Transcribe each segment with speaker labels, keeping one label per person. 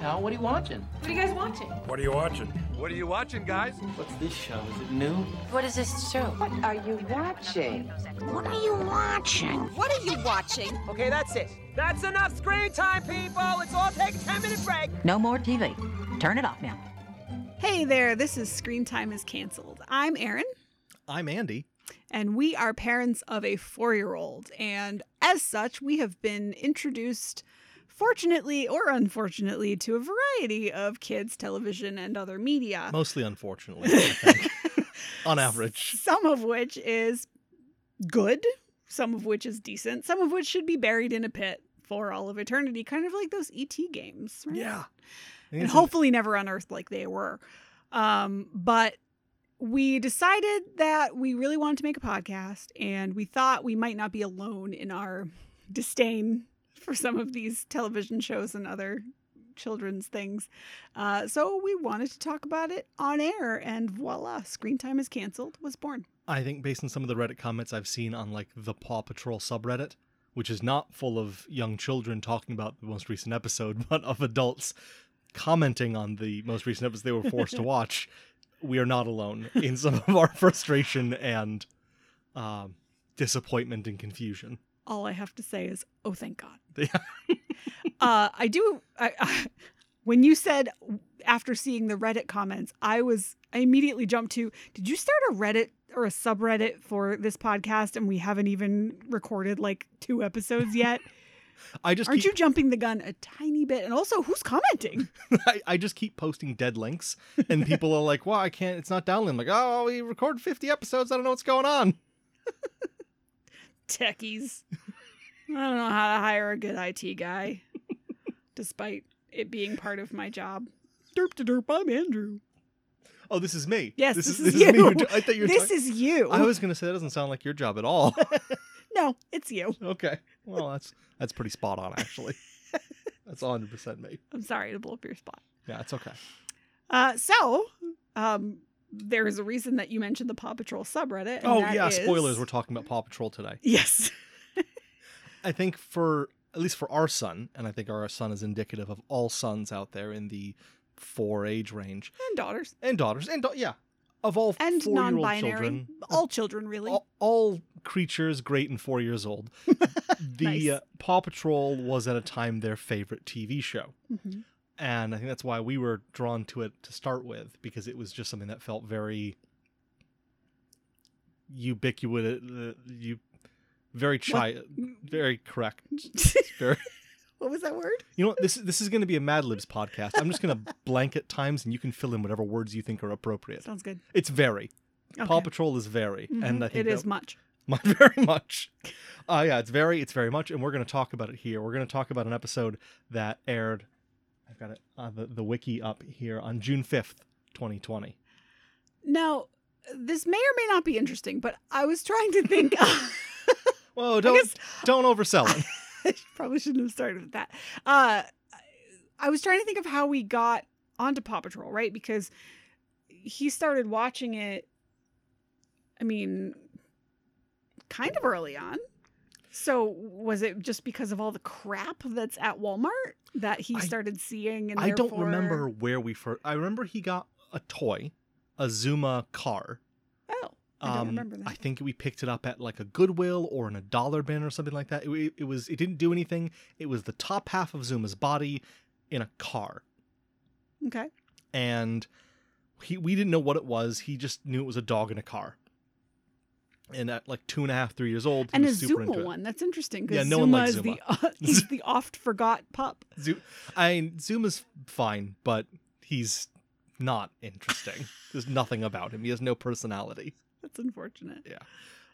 Speaker 1: pal. What are you watching?
Speaker 2: What are you guys watching?
Speaker 3: What are you watching?
Speaker 4: What are you watching, guys?
Speaker 1: What's this show? Is it new?
Speaker 5: What is this show?
Speaker 6: What are you watching?
Speaker 7: What are you watching?
Speaker 8: What are you watching?
Speaker 9: Okay, that's it. That's enough screen time, people. Let's all take a 10 minute break.
Speaker 5: No more TV. Turn it off now.
Speaker 10: Hey there, this is Screen Time is Canceled. I'm Erin.
Speaker 11: I'm Andy.
Speaker 10: And we are parents of a four year old. And as such, we have been introduced, fortunately or unfortunately, to a variety of kids' television and other media.
Speaker 11: Mostly unfortunately, on average.
Speaker 10: Some of which is good, some of which is decent, some of which should be buried in a pit for all of eternity, kind of like those ET games. Right?
Speaker 11: Yeah.
Speaker 10: And hopefully never unearthed like they were. Um, but we decided that we really wanted to make a podcast and we thought we might not be alone in our disdain for some of these television shows and other children's things. Uh, so we wanted to talk about it on air and voila, Screen Time is Canceled was born.
Speaker 11: I think based on some of the Reddit comments I've seen on like the Paw Patrol subreddit, which is not full of young children talking about the most recent episode, but of adults commenting on the most recent episode they were forced to watch, we are not alone in some of our frustration and um, disappointment and confusion.
Speaker 10: All I have to say is, oh, thank God.
Speaker 11: Yeah.
Speaker 10: uh, I do. I, I, when you said after seeing the Reddit comments, I was I immediately jumped to, did you start a Reddit or a subreddit for this podcast and we haven't even recorded like two episodes yet?
Speaker 11: I just
Speaker 10: Aren't
Speaker 11: keep,
Speaker 10: you jumping the gun a tiny bit? And also, who's commenting?
Speaker 11: I, I just keep posting dead links, and people are like, "Wow, I can't. It's not downloading." I'm like, oh, we recorded 50 episodes. I don't know what's going on.
Speaker 10: Techies. I don't know how to hire a good IT guy, despite it being part of my job. Derp to derp. I'm Andrew.
Speaker 11: Oh, this is me.
Speaker 10: Yes,
Speaker 11: this,
Speaker 10: this
Speaker 11: is,
Speaker 10: is
Speaker 11: this me.
Speaker 10: you.
Speaker 11: who jo- I thought you were
Speaker 10: This
Speaker 11: talking-
Speaker 10: is you.
Speaker 11: I was gonna say that doesn't sound like your job at all.
Speaker 10: no, it's you.
Speaker 11: okay. Well, that's that's pretty spot on actually. That's 100 percent me.
Speaker 10: I'm sorry to blow up your spot.
Speaker 11: Yeah, it's okay.
Speaker 10: Uh, so, um, there is a reason that you mentioned the Paw Patrol subreddit. and
Speaker 11: oh
Speaker 10: that
Speaker 11: yeah,
Speaker 10: is-
Speaker 11: spoilers. We're talking about Paw Patrol today.
Speaker 10: yes,
Speaker 11: I think for at least for our son, and I think our son is indicative of all sons out there in the four age range
Speaker 10: and daughters
Speaker 11: and daughters and da- yeah, of all
Speaker 10: and
Speaker 11: four year old
Speaker 10: non-binary,
Speaker 11: children,
Speaker 10: all children really.
Speaker 11: all, all creatures great and four years old. the
Speaker 10: Nice.
Speaker 11: uh, Paw Patrol was at a time their favorite TV show,
Speaker 10: Mhm.
Speaker 11: and I think that's why we were drawn to it to start with because it was just something that felt very ubiquitous, uh, you very chi, very correct, very.
Speaker 10: What was that word?
Speaker 11: You know what? This this is going to be a Mad Libs podcast. I'm just going to blanket times, and you can fill in whatever words you think are appropriate.
Speaker 10: Sounds good.
Speaker 11: It's very.
Speaker 10: Okay. Mm-hmm.
Speaker 11: Paw Patrol is very, and I
Speaker 10: it
Speaker 11: think
Speaker 10: is
Speaker 11: that-
Speaker 10: much.
Speaker 11: mu- very much. Uh, yeah, it's very, it's very much, and we're going to talk about it here. We're going to talk about an episode that aired. I've got it on the the wiki up here on June 5th, 2020.
Speaker 10: Now, this may or may not be interesting, but I was trying to think.
Speaker 11: Whoa! Don't
Speaker 10: guess-
Speaker 11: don't oversell it.
Speaker 10: I probably shouldn't have started with that. Uh, I was trying to think of how we got onto Paw Patrol, right? Because he started watching it. I mean, kind of early on. So was it just because of all the crap that's at Walmart that he
Speaker 11: I-
Speaker 10: started seeing? And
Speaker 11: I don't
Speaker 10: therefore-
Speaker 11: remember where we first. I remember he got a toy, a Zuma car. Um,
Speaker 10: Oh, I don't remember that.
Speaker 11: I think we picked it up at like a Goodwill or in a dollar bin or something like that. It, it was it didn't do anything. It was the top half of Zuma's body in a car,
Speaker 10: okay.
Speaker 11: and he we didn't know what it was. He just knew it was a dog in a car. And at like two and a half, three years old, he
Speaker 10: And a
Speaker 11: was super
Speaker 10: Zuma
Speaker 11: into
Speaker 10: one. That's interesting. 'cause
Speaker 11: Yeah, no one likes
Speaker 10: is The, he's the oft forgot pup.
Speaker 11: it. Zu- I Zuma's fine, but he's not interesting. There's nothing about him. He has no personality.
Speaker 10: That's unfortunate.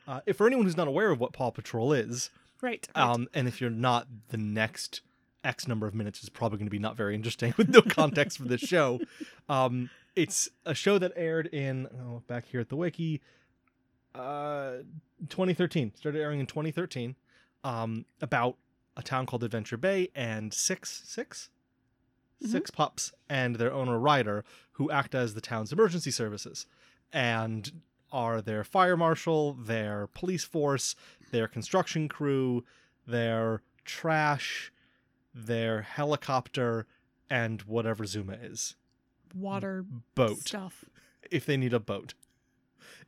Speaker 11: Uh, if for anyone who's not aware of what Paw Patrol is,
Speaker 10: Right. right.
Speaker 11: Um, and if you're not, the next X number of minutes is probably going to be not very interesting with no context for this show. Um, it's a show that aired in oh, back here at the wiki, uh, 2013. Started airing in 2013. Um, about a town called Adventure Bay and six six?
Speaker 10: Mhm.
Speaker 11: six pups and their owner Ryder, who act as the town's emergency services, and are their fire marshal, their police force, their construction crew, their trash, their helicopter, and whatever Zuma is.
Speaker 10: water
Speaker 11: Boat.
Speaker 10: stuff.
Speaker 11: If they need a boat.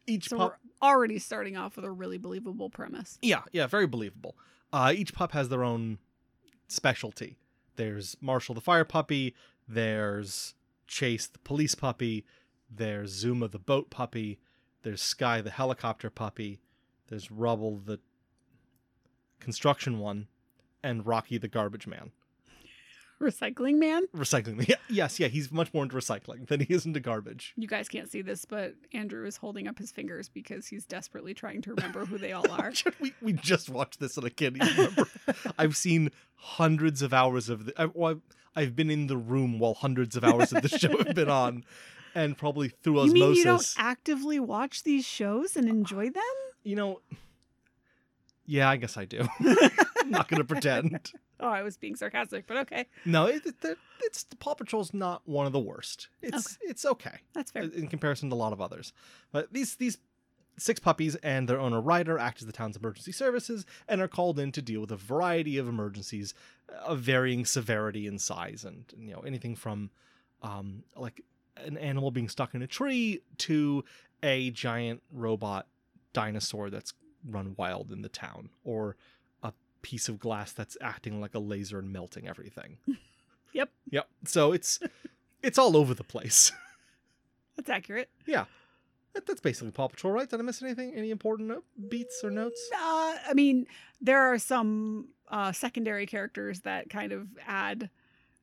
Speaker 11: Each
Speaker 10: So
Speaker 11: pop
Speaker 10: we're already starting off with a really believable premise.
Speaker 11: Yeah, yeah, very believable. Uh, each pup has their own specialty. There's Marshall the fire puppy, there's Chase the police puppy, there's Zuma the boat puppy, there's Sky the helicopter puppy, there's Rubble the construction one, and Rocky the garbage man.
Speaker 10: Recycling man.
Speaker 11: Recycling. Yeah, yes, yeah, he's much more into recycling than he is into garbage.
Speaker 10: You guys can't see this, but Andrew is holding up his fingers because he's desperately trying to remember who they all are.
Speaker 11: we, we just watched this and I can't even remember. I've seen hundreds of hours of the. I, well, I've been in the room while hundreds of hours of the show have been on, and probably through
Speaker 10: You
Speaker 11: osmosis.
Speaker 10: mean you don't actively watch these shows and enjoy them?
Speaker 11: You know. Yeah, I guess I do. I'm not gonna pretend.
Speaker 10: Oh, I was being sarcastic, but okay,
Speaker 11: No, it, it, it- it's Paw Patrol's not one of the worst. It's it's okay.
Speaker 10: that's fair.
Speaker 11: Uh, in comparison to a lot of others. But these these six puppies and their owner Ryder act as the town's emergency services and are called in to deal with a variety of emergencies uh, of varying severity and size, and you know anything from um, like an animal being stuck in a tree to a giant robot dinosaur that's run wild in the town, or a piece of glass that's acting like a laser and melting everything.
Speaker 10: Yep.
Speaker 11: Yep. So it's it's all over the place.
Speaker 10: That's accurate.
Speaker 11: That, that's basically Paw Patrol, right? Did I miss anything? Any important no- beats or notes?
Speaker 10: Uh, I mean, there are some uh, secondary characters that kind of add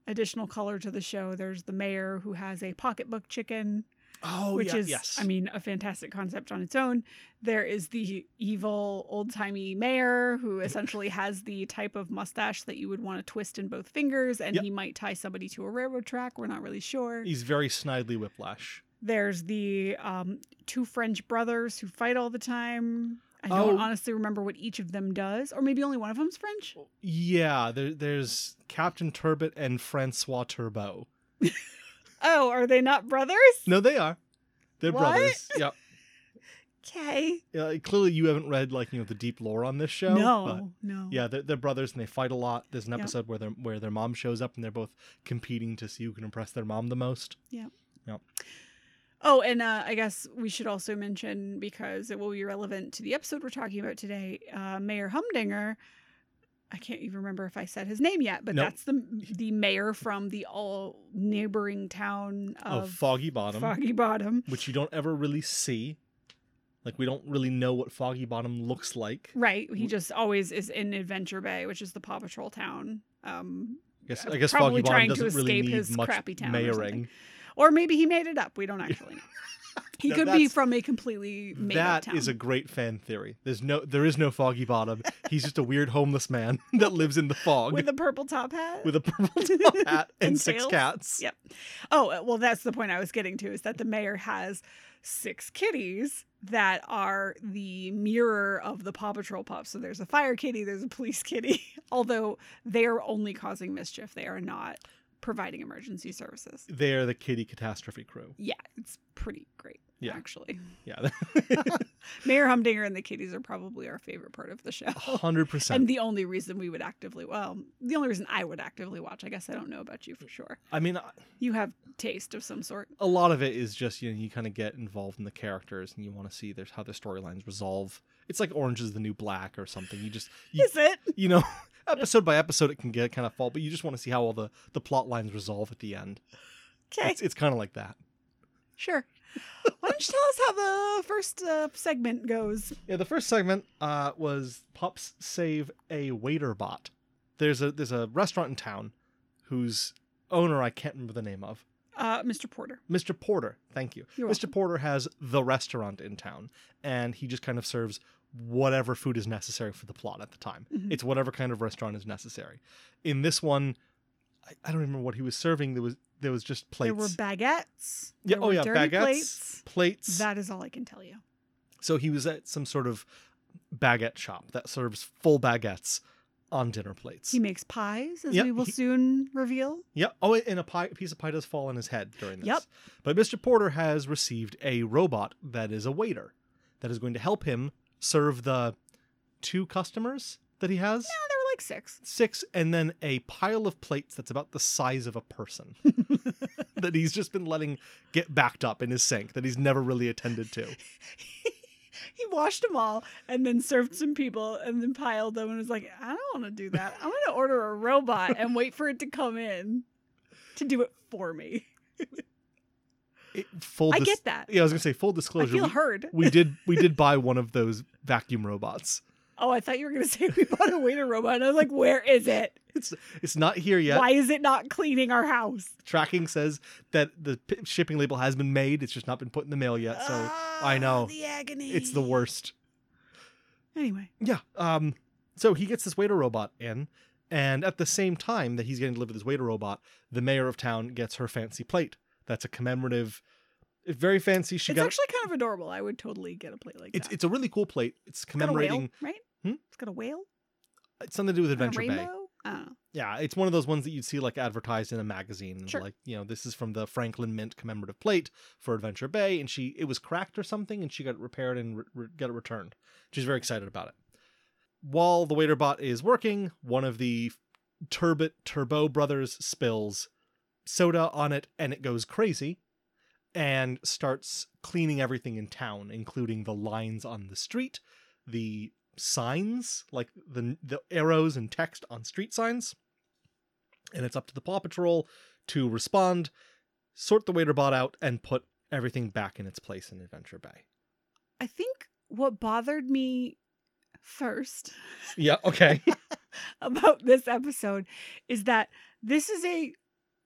Speaker 10: additional color to the show. There's the mayor who has a pocketbook chicken.
Speaker 11: Oh,
Speaker 10: which
Speaker 11: yeah,
Speaker 10: is i mean a fantastic concept on its own there is the evil old-timey mayor who essentially has the type of mustache that you would want to twist in both fingers and
Speaker 11: Yep.
Speaker 10: he might tie somebody to a railroad track we're not really sure
Speaker 11: he's very snidely whiplash.
Speaker 10: there's the um, two french brothers who fight all the time i don't
Speaker 11: Oh.
Speaker 10: honestly remember what each of them does or maybe only one of them's french
Speaker 11: Yeah, there, there's Captain Turbot and Francois Turbo.
Speaker 10: oh are they not brothers
Speaker 11: No, they are. They're
Speaker 10: What?
Speaker 11: brothers. Yep.
Speaker 10: okay
Speaker 11: Yeah, clearly, you haven't read like you know the deep lore on this show. but-
Speaker 10: no no
Speaker 11: Yeah, they're, they're brothers and they fight a lot. There's an
Speaker 10: Yep.
Speaker 11: episode where their where their mom shows up and they're both competing to see who can impress their mom the most.
Speaker 10: Oh, and uh, I guess we should also mention because it will be relevant to the episode we're talking about today. Uh, mayor Humdinger. I can't even remember if I said his name yet, but
Speaker 11: Nope.
Speaker 10: that's the the mayor from the all neighboring town
Speaker 11: Of,
Speaker 10: of,
Speaker 11: Oh, Foggy Bottom,
Speaker 10: Foggy Bottom.
Speaker 11: which you don't ever really see. Like we don't really know what Foggy Bottom looks like.
Speaker 10: Right, he just always is in Adventure Bay, which is the Paw Patrol town. Um,
Speaker 11: Guess,
Speaker 10: uh,
Speaker 11: I guess
Speaker 10: probably
Speaker 11: Foggy Bottom
Speaker 10: trying to
Speaker 11: doesn't really
Speaker 10: escape
Speaker 11: need
Speaker 10: his
Speaker 11: much
Speaker 10: crappy town or something.
Speaker 11: mayoring.
Speaker 10: or maybe he made it up. We don't actually know. He
Speaker 11: Now
Speaker 10: could be
Speaker 11: that's-
Speaker 10: from a completely made up
Speaker 11: That
Speaker 10: town.
Speaker 11: is a great fan theory. There's no, there is no Foggy Bottom. He's just a weird homeless man that lives in the fog
Speaker 10: with a purple top hat.
Speaker 11: with a purple top hat and,
Speaker 10: And
Speaker 11: six
Speaker 10: tails.
Speaker 11: cats.
Speaker 10: Yep. Oh, uh, well, that's the point I was getting to is that the mayor has six kitties that are the mirror of the Paw Patrol pups. So there's a fire kitty, there's a police kitty, although they are only causing mischief. They are not providing emergency services.
Speaker 11: They are the Kitty Catastrophe Crew.
Speaker 10: Yeah, it's pretty great,
Speaker 11: Yeah.
Speaker 10: actually.
Speaker 11: Yeah,
Speaker 10: Mayor Humdinger and the kitties are probably our favorite part of the show.
Speaker 11: hundred percent.
Speaker 10: And the only reason we would actively, well, the only reason I would actively watch, I guess I don't know about you for sure.
Speaker 11: I mean,
Speaker 10: You have taste of some sort.
Speaker 11: a lot of it is just you know you kind of get involved in the characters and you want to see their, how their storylines resolve. It's like Orange is the New Black or something. You just you
Speaker 10: Is it?
Speaker 11: you know episode by episode it can get kind of fall but you just want to see how all the the plot lines resolve at the end
Speaker 10: Okay.
Speaker 11: it's, it's kind of like that
Speaker 10: Sure. Why don't you tell us how the first uh, segment goes?
Speaker 11: yeah the first segment uh was pups save a waiter bot there's a there's a restaurant in town whose owner i can't remember the name of
Speaker 10: Uh, Mr. Porter.
Speaker 11: Mr. Porter, thank you.
Speaker 10: You're
Speaker 11: Mr. Porter has the restaurant in town, and he just kind of serves whatever food is necessary for the plot at the time.
Speaker 10: Mhm.
Speaker 11: It's whatever kind of restaurant is necessary. In this one, I, I don't remember what he was serving. There was there was just plates.
Speaker 10: There were baguettes.
Speaker 11: yeah,
Speaker 10: there
Speaker 11: oh
Speaker 10: were
Speaker 11: yeah,
Speaker 10: dirty
Speaker 11: baguettes,
Speaker 10: plates.
Speaker 11: plates.
Speaker 10: That is all I can tell you.
Speaker 11: So he was at some sort of baguette shop that serves full baguettes on dinner plates.
Speaker 10: He makes pies, as
Speaker 11: Yep,
Speaker 10: we will
Speaker 11: he-
Speaker 10: soon reveal.
Speaker 11: Yep. Oh, and a, pie, a piece of pie does fall on his head during this.
Speaker 10: Yep.
Speaker 11: But Mr. Porter has received a robot that is a waiter that is going to help him serve the two customers that he has.
Speaker 10: Now, like six.
Speaker 11: six and then a pile of plates that's about the size of a person that he's just been letting get backed up in his sink that he's never really attended to
Speaker 10: He washed them all and then served some people and then piled them and was like, I don't want to do that. I'm going to order a robot and wait for it to come in to do it for me.
Speaker 11: It- full
Speaker 10: I
Speaker 11: dis-
Speaker 10: get that.
Speaker 11: yeah i was gonna say full
Speaker 10: I
Speaker 11: disclosure
Speaker 10: feel
Speaker 11: we,
Speaker 10: heard.
Speaker 11: we did we did buy one of those vacuum robots
Speaker 10: Oh, I thought you were going to say we bought a waiter robot. And I was like, where is it?
Speaker 11: it's it's not here yet
Speaker 10: Why is it not cleaning our house?
Speaker 11: tracking says that the p- shipping label has been made it's just not been put in the mail yet Uh, so i know
Speaker 10: Ah, The agony.
Speaker 11: it's the worst
Speaker 10: Anyway,
Speaker 11: Yeah. Um. So he gets this waiter robot in, and at the same time that he's getting delivered this waiter robot, the mayor of town gets her fancy plate. That's a commemorative, it's very fancy. She
Speaker 10: it's
Speaker 11: got
Speaker 10: actually kind of adorable. I would totally get a plate like
Speaker 11: it's
Speaker 10: that.
Speaker 11: it's a really cool plate.
Speaker 10: It's
Speaker 11: It's
Speaker 10: got a whale,
Speaker 11: commemorating
Speaker 10: right?
Speaker 11: Hmm?
Speaker 10: It's got a whale,
Speaker 11: it's something to do with
Speaker 10: and a
Speaker 11: Adventure Bay.
Speaker 10: rainbow. I don't know.
Speaker 11: Yeah, it's one of those ones that you'd see like advertised in a magazine. and
Speaker 10: Sure.
Speaker 11: Like you know, this is from the Franklin Mint commemorative plate for Adventure Bay, and she it was cracked or something, and she got it repaired and re- re- got it returned. She's very excited about it. While the waiter bot is working, one of the Turbot Turbo brothers spills soda on it, and it goes crazy, and starts cleaning everything in town, including the lines on the street, the signs like the the arrows and text on street signs and it's up to the Paw Patrol to respond, sort the waiter bot out, and put everything back in its place in Adventure Bay.
Speaker 10: I think what bothered me first
Speaker 11: Yeah, okay.
Speaker 10: about this episode is that this is a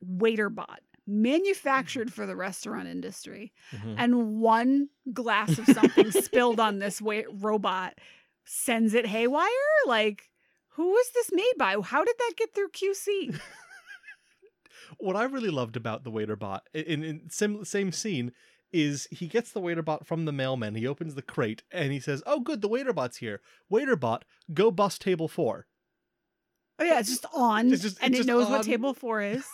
Speaker 10: waiter bot
Speaker 11: Mm.
Speaker 10: manufactured for the restaurant industry
Speaker 11: Mm-hmm.
Speaker 10: and one glass of something spilled on this wa- robot sends it haywire like who was this made by how did that get through qc
Speaker 11: What I really loved about the waiter bot in, in sim- same scene is he gets the waiter bot from the mailman. He opens the crate and he says, "Oh, good, the waiter bot's here. Waiter bot, go bust table four.
Speaker 10: Oh yeah, it's just on,
Speaker 11: It's just-
Speaker 10: and
Speaker 11: it's
Speaker 10: it
Speaker 11: just
Speaker 10: knows
Speaker 11: on.
Speaker 10: what table four is.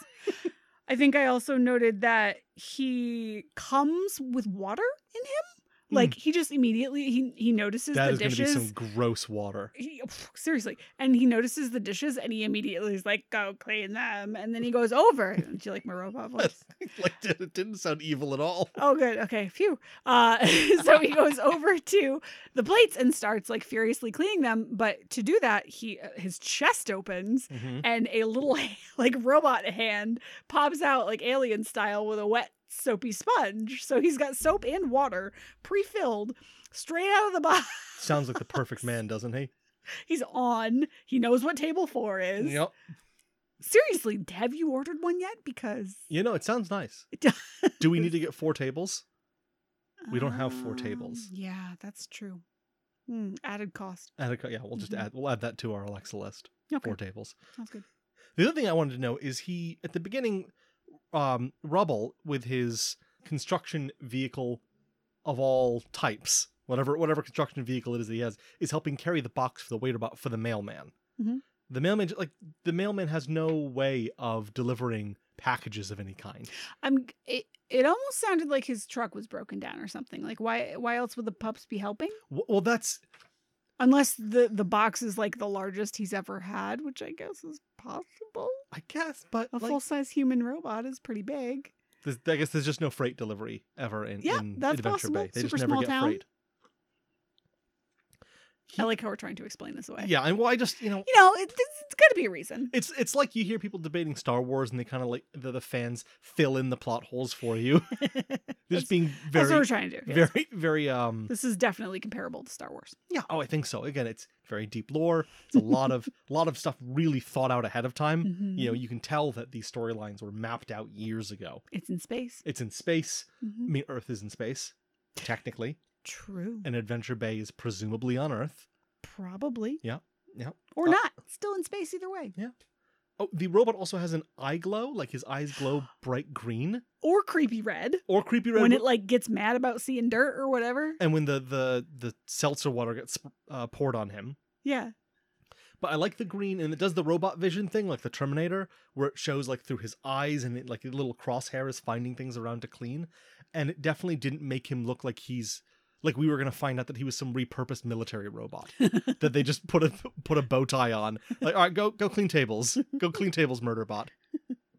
Speaker 10: I think I also noted that he comes with water in him. Like he just immediately he he notices
Speaker 11: Hmm. That
Speaker 10: the
Speaker 11: is going to be
Speaker 10: dishes.
Speaker 11: some gross water.
Speaker 10: He, pff, seriously, and he notices the dishes, and he immediately is like, "Go clean them," and then he goes over. Do you like my robot voice?
Speaker 11: like it didn't sound evil at all.
Speaker 10: Oh, good. Okay. Phew. Uh, so he goes over to the plates and starts like furiously cleaning them. But to do that, he uh, his chest opens
Speaker 11: Mhm.
Speaker 10: and a little like robot hand pops out like alien style with a wet soapy sponge. So he's got soap and water pre-filled straight out of the box.
Speaker 11: Sounds like the perfect man, doesn't he?
Speaker 10: He's on. He knows what table four is.
Speaker 11: Yep.
Speaker 10: Seriously, have you ordered one yet? Because
Speaker 11: You know, it sounds nice.
Speaker 10: It does.
Speaker 11: Do we need to get four tables? We don't have four
Speaker 10: Um,
Speaker 11: tables.
Speaker 10: Yeah, that's true. Hmm, added cost.
Speaker 11: Add a, co- yeah, we'll just
Speaker 10: Mhm.
Speaker 11: add we'll add that to our Alexa list.
Speaker 10: Okay,
Speaker 11: Four tables.
Speaker 10: sounds good.
Speaker 11: The other thing I wanted to know is he at the beginning, um, Rubble with his construction vehicle of all types, whatever whatever construction vehicle it is that he has, is helping carry the box for the waiter bot for the mailman.
Speaker 10: Mhm.
Speaker 11: The mailman like the mailman has no way of delivering packages of any kind.
Speaker 10: I'm. It, it almost sounded like his truck was broken down or something. Like why? Why else would the pups be helping?
Speaker 11: W- Well, that's
Speaker 10: Unless the the box is like the largest he's ever had, which I guess is possible.
Speaker 11: I guess, but
Speaker 10: A
Speaker 11: like,
Speaker 10: full size human robot is pretty big.
Speaker 11: There's, I guess there's just no freight delivery ever in,
Speaker 10: Yeah,
Speaker 11: in
Speaker 10: that's
Speaker 11: Adventure
Speaker 10: possible.
Speaker 11: Bay. They
Speaker 10: Super
Speaker 11: just never
Speaker 10: small
Speaker 11: get
Speaker 10: town.
Speaker 11: freight.
Speaker 10: I like how we're trying to explain this away.
Speaker 11: Yeah, and well, I just you know,
Speaker 10: You know, it, it's, it's got to be a reason.
Speaker 11: it's it's like you hear people debating Star Wars, and they kind of like the, the fans fill in the plot holes for you. They're just being
Speaker 10: That's what
Speaker 11: very,
Speaker 10: we're trying to do. yes.
Speaker 11: very, very um.
Speaker 10: This is definitely comparable to Star Wars.
Speaker 11: Yeah, oh, I think so. Again, it's very deep lore. It's a lot of a lot of stuff really thought out ahead of time.
Speaker 10: Mm-hmm.
Speaker 11: You know, you can tell that these storylines were mapped out years ago.
Speaker 10: It's in space.
Speaker 11: It's in space. I
Speaker 10: Mhm.
Speaker 11: mean, Earth is in space, technically,
Speaker 10: True.
Speaker 11: and Adventure Bay is presumably on Earth.
Speaker 10: Probably.
Speaker 11: Yeah, yeah.
Speaker 10: Or
Speaker 11: Uh,
Speaker 10: not. Still in space either way.
Speaker 11: Oh, the robot also has an eye glow, like his eyes glow bright green
Speaker 10: Or creepy red.
Speaker 11: or creepy red.
Speaker 10: when it like gets mad about seeing dirt or whatever.
Speaker 11: and when the the the seltzer water gets uh, poured on him.
Speaker 10: Yeah.
Speaker 11: But I like the green, and it does the robot vision thing, like the Terminator, where it shows like through his eyes, and it, like the little crosshair is finding things around to clean. And it definitely didn't make him look like he's like we were gonna find out that he was some repurposed military robot that they just put a put a bow tie on. Like, all right, go go clean tables, go clean tables, murder bot.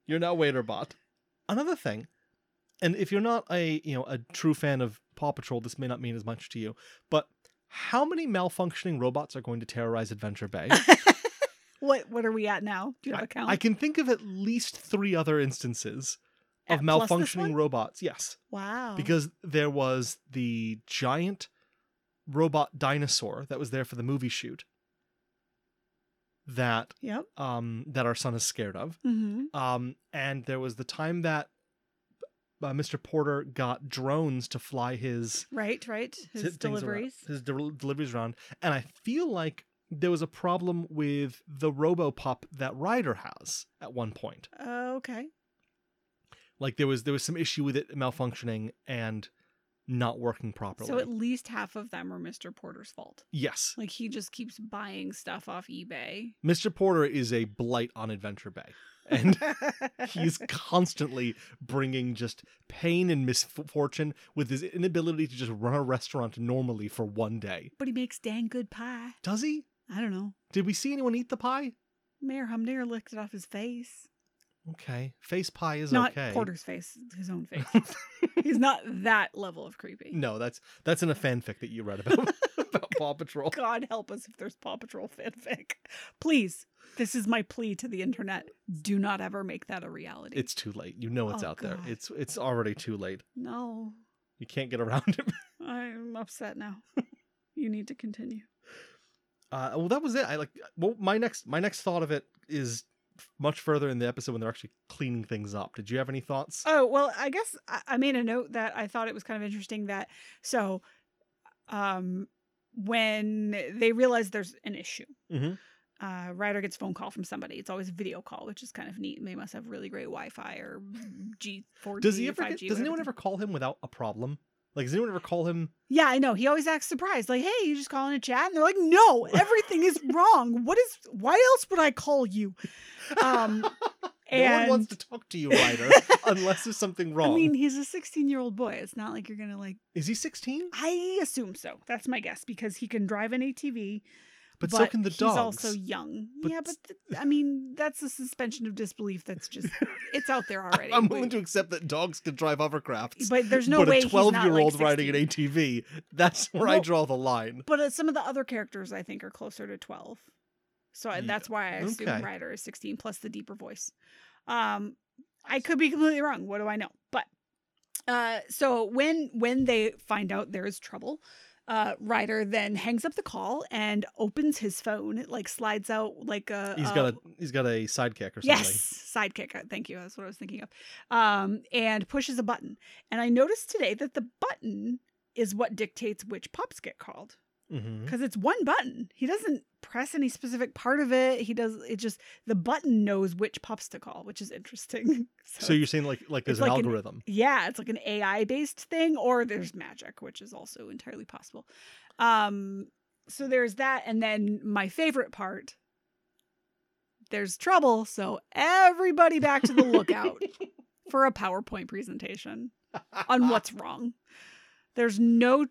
Speaker 11: You're now waiter bot. Another thing, and if you're not a you know a true fan of Paw Patrol, this may not mean as much to you, but how many malfunctioning robots are going to terrorize Adventure Bay?
Speaker 10: What what are we at now? Do you have
Speaker 11: I,
Speaker 10: a count?
Speaker 11: I can think of at least three other instances of
Speaker 10: Uh, plus this one? Oh.
Speaker 11: malfunctioning robots. Yes,
Speaker 10: wow.
Speaker 11: because there was the giant robot dinosaur that was there for the movie shoot that
Speaker 10: yep.
Speaker 11: um that our son is scared of.
Speaker 10: Mm-hmm.
Speaker 11: Um, and there was the time that uh, Mr. Porter got drones to fly his
Speaker 10: Right, right. His
Speaker 11: t- things around-
Speaker 10: deliveries.
Speaker 11: his del- deliveries around, and I feel like there was a problem with the RoboPop that Ryder has at one point.
Speaker 10: Oh, okay.
Speaker 11: Like there was there was some issue with it malfunctioning and not working properly.
Speaker 10: So at least half of them are Mr. Porter's fault.
Speaker 11: yes,
Speaker 10: Like he just keeps buying stuff off eBay.
Speaker 11: Mr. Porter is a blight on Adventure Bay, and he's constantly bringing just pain and misfortune with his inability to just run a restaurant normally for one day.
Speaker 10: But he makes dang good pie.
Speaker 11: Does he?
Speaker 10: I don't know.
Speaker 11: Did we see anyone eat the pie?
Speaker 10: Mayor Humner licked it off his face.
Speaker 11: Okay, face pie is
Speaker 10: not
Speaker 11: okay.
Speaker 10: Porter's face, his own face. He's not that level of creepy.
Speaker 11: No, that's that's in a fanfic that you read about about Paw Patrol.
Speaker 10: God help us if there's Paw Patrol fanfic. Please, this is my plea to the internet. Do not ever make that a reality.
Speaker 11: It's too late. You know it's
Speaker 10: Oh,
Speaker 11: out there.
Speaker 10: God.
Speaker 11: It's it's already too late.
Speaker 10: no.
Speaker 11: You can't get around it.
Speaker 10: I'm upset now. you need to continue.
Speaker 11: Uh, well, that was it. I like. Well, my next my next thought of it is much further in the episode when they're actually cleaning things up. Did you have any thoughts?
Speaker 10: Oh, well, I guess I, I made a note that I thought it was kind of interesting that so um when they realize there's an issue.
Speaker 11: Mhm.
Speaker 10: Uh, Ryder gets a phone call from somebody. It's always a video call, which is kind of neat. They must have really great Wi-Fi or G four G.
Speaker 11: does he ever? get-
Speaker 10: 5G,
Speaker 11: does anyone
Speaker 10: whatever.
Speaker 11: ever call him without a problem? Like, does anyone ever call him?
Speaker 10: Yeah, I know. He always acts surprised, like, "Hey, you just calling a chat?" And they're like, "No, everything is wrong. What is? Why else would I call you?" Um,
Speaker 11: no one
Speaker 10: and
Speaker 11: wants to talk to you, Ryder, unless there's something wrong.
Speaker 10: I mean, he's a 16 year old boy. It's not like you're gonna like.
Speaker 11: is he 16?
Speaker 10: I assume so. That's my guess because he can drive an ATV.
Speaker 11: But, so can the
Speaker 10: he's
Speaker 11: dogs.
Speaker 10: also young.
Speaker 11: But-
Speaker 10: yeah, but th- I mean, that's a suspension of disbelief. That's just it's out there already.
Speaker 11: I'm
Speaker 10: We-
Speaker 11: willing to accept that dogs can drive hovercrafts.
Speaker 10: But there's no
Speaker 11: but
Speaker 10: way
Speaker 11: a 12 year old riding an
Speaker 10: ATV.
Speaker 11: ATV, that's where I
Speaker 10: Well-
Speaker 11: draw the line.
Speaker 10: But uh, some of the other characters, I think, are closer to 12. So I
Speaker 11: Ye-
Speaker 10: that's why I assume
Speaker 11: okay.
Speaker 10: Ryder is 16 plus the deeper voice. Um, I could be completely wrong. What do I know? But uh, so when when they find out there is trouble, uh, Ryder then hangs up the call and opens his phone. It like slides out like a.
Speaker 11: He's
Speaker 10: a-
Speaker 11: got a he's got a sidekick or something.
Speaker 10: Uh, um, Yes, sidekick. uh, Thank you. That's what I was thinking of. Um, and pushes a button. And I noticed today that the button is what dictates which pups get called
Speaker 11: Mhm.
Speaker 10: because it's one button. He doesn't press any specific part of it. He does it just the button knows which pups to call, which is interesting.
Speaker 11: So you're saying like like there's
Speaker 10: it's
Speaker 11: an
Speaker 10: like an-
Speaker 11: algorithm.
Speaker 10: yeah, it's like an AI based thing, or there's magic, which is also entirely possible. Um, so there's that, and then my favorite part. There's trouble, so everybody back to the lookout for a PowerPoint presentation on what's wrong. There's no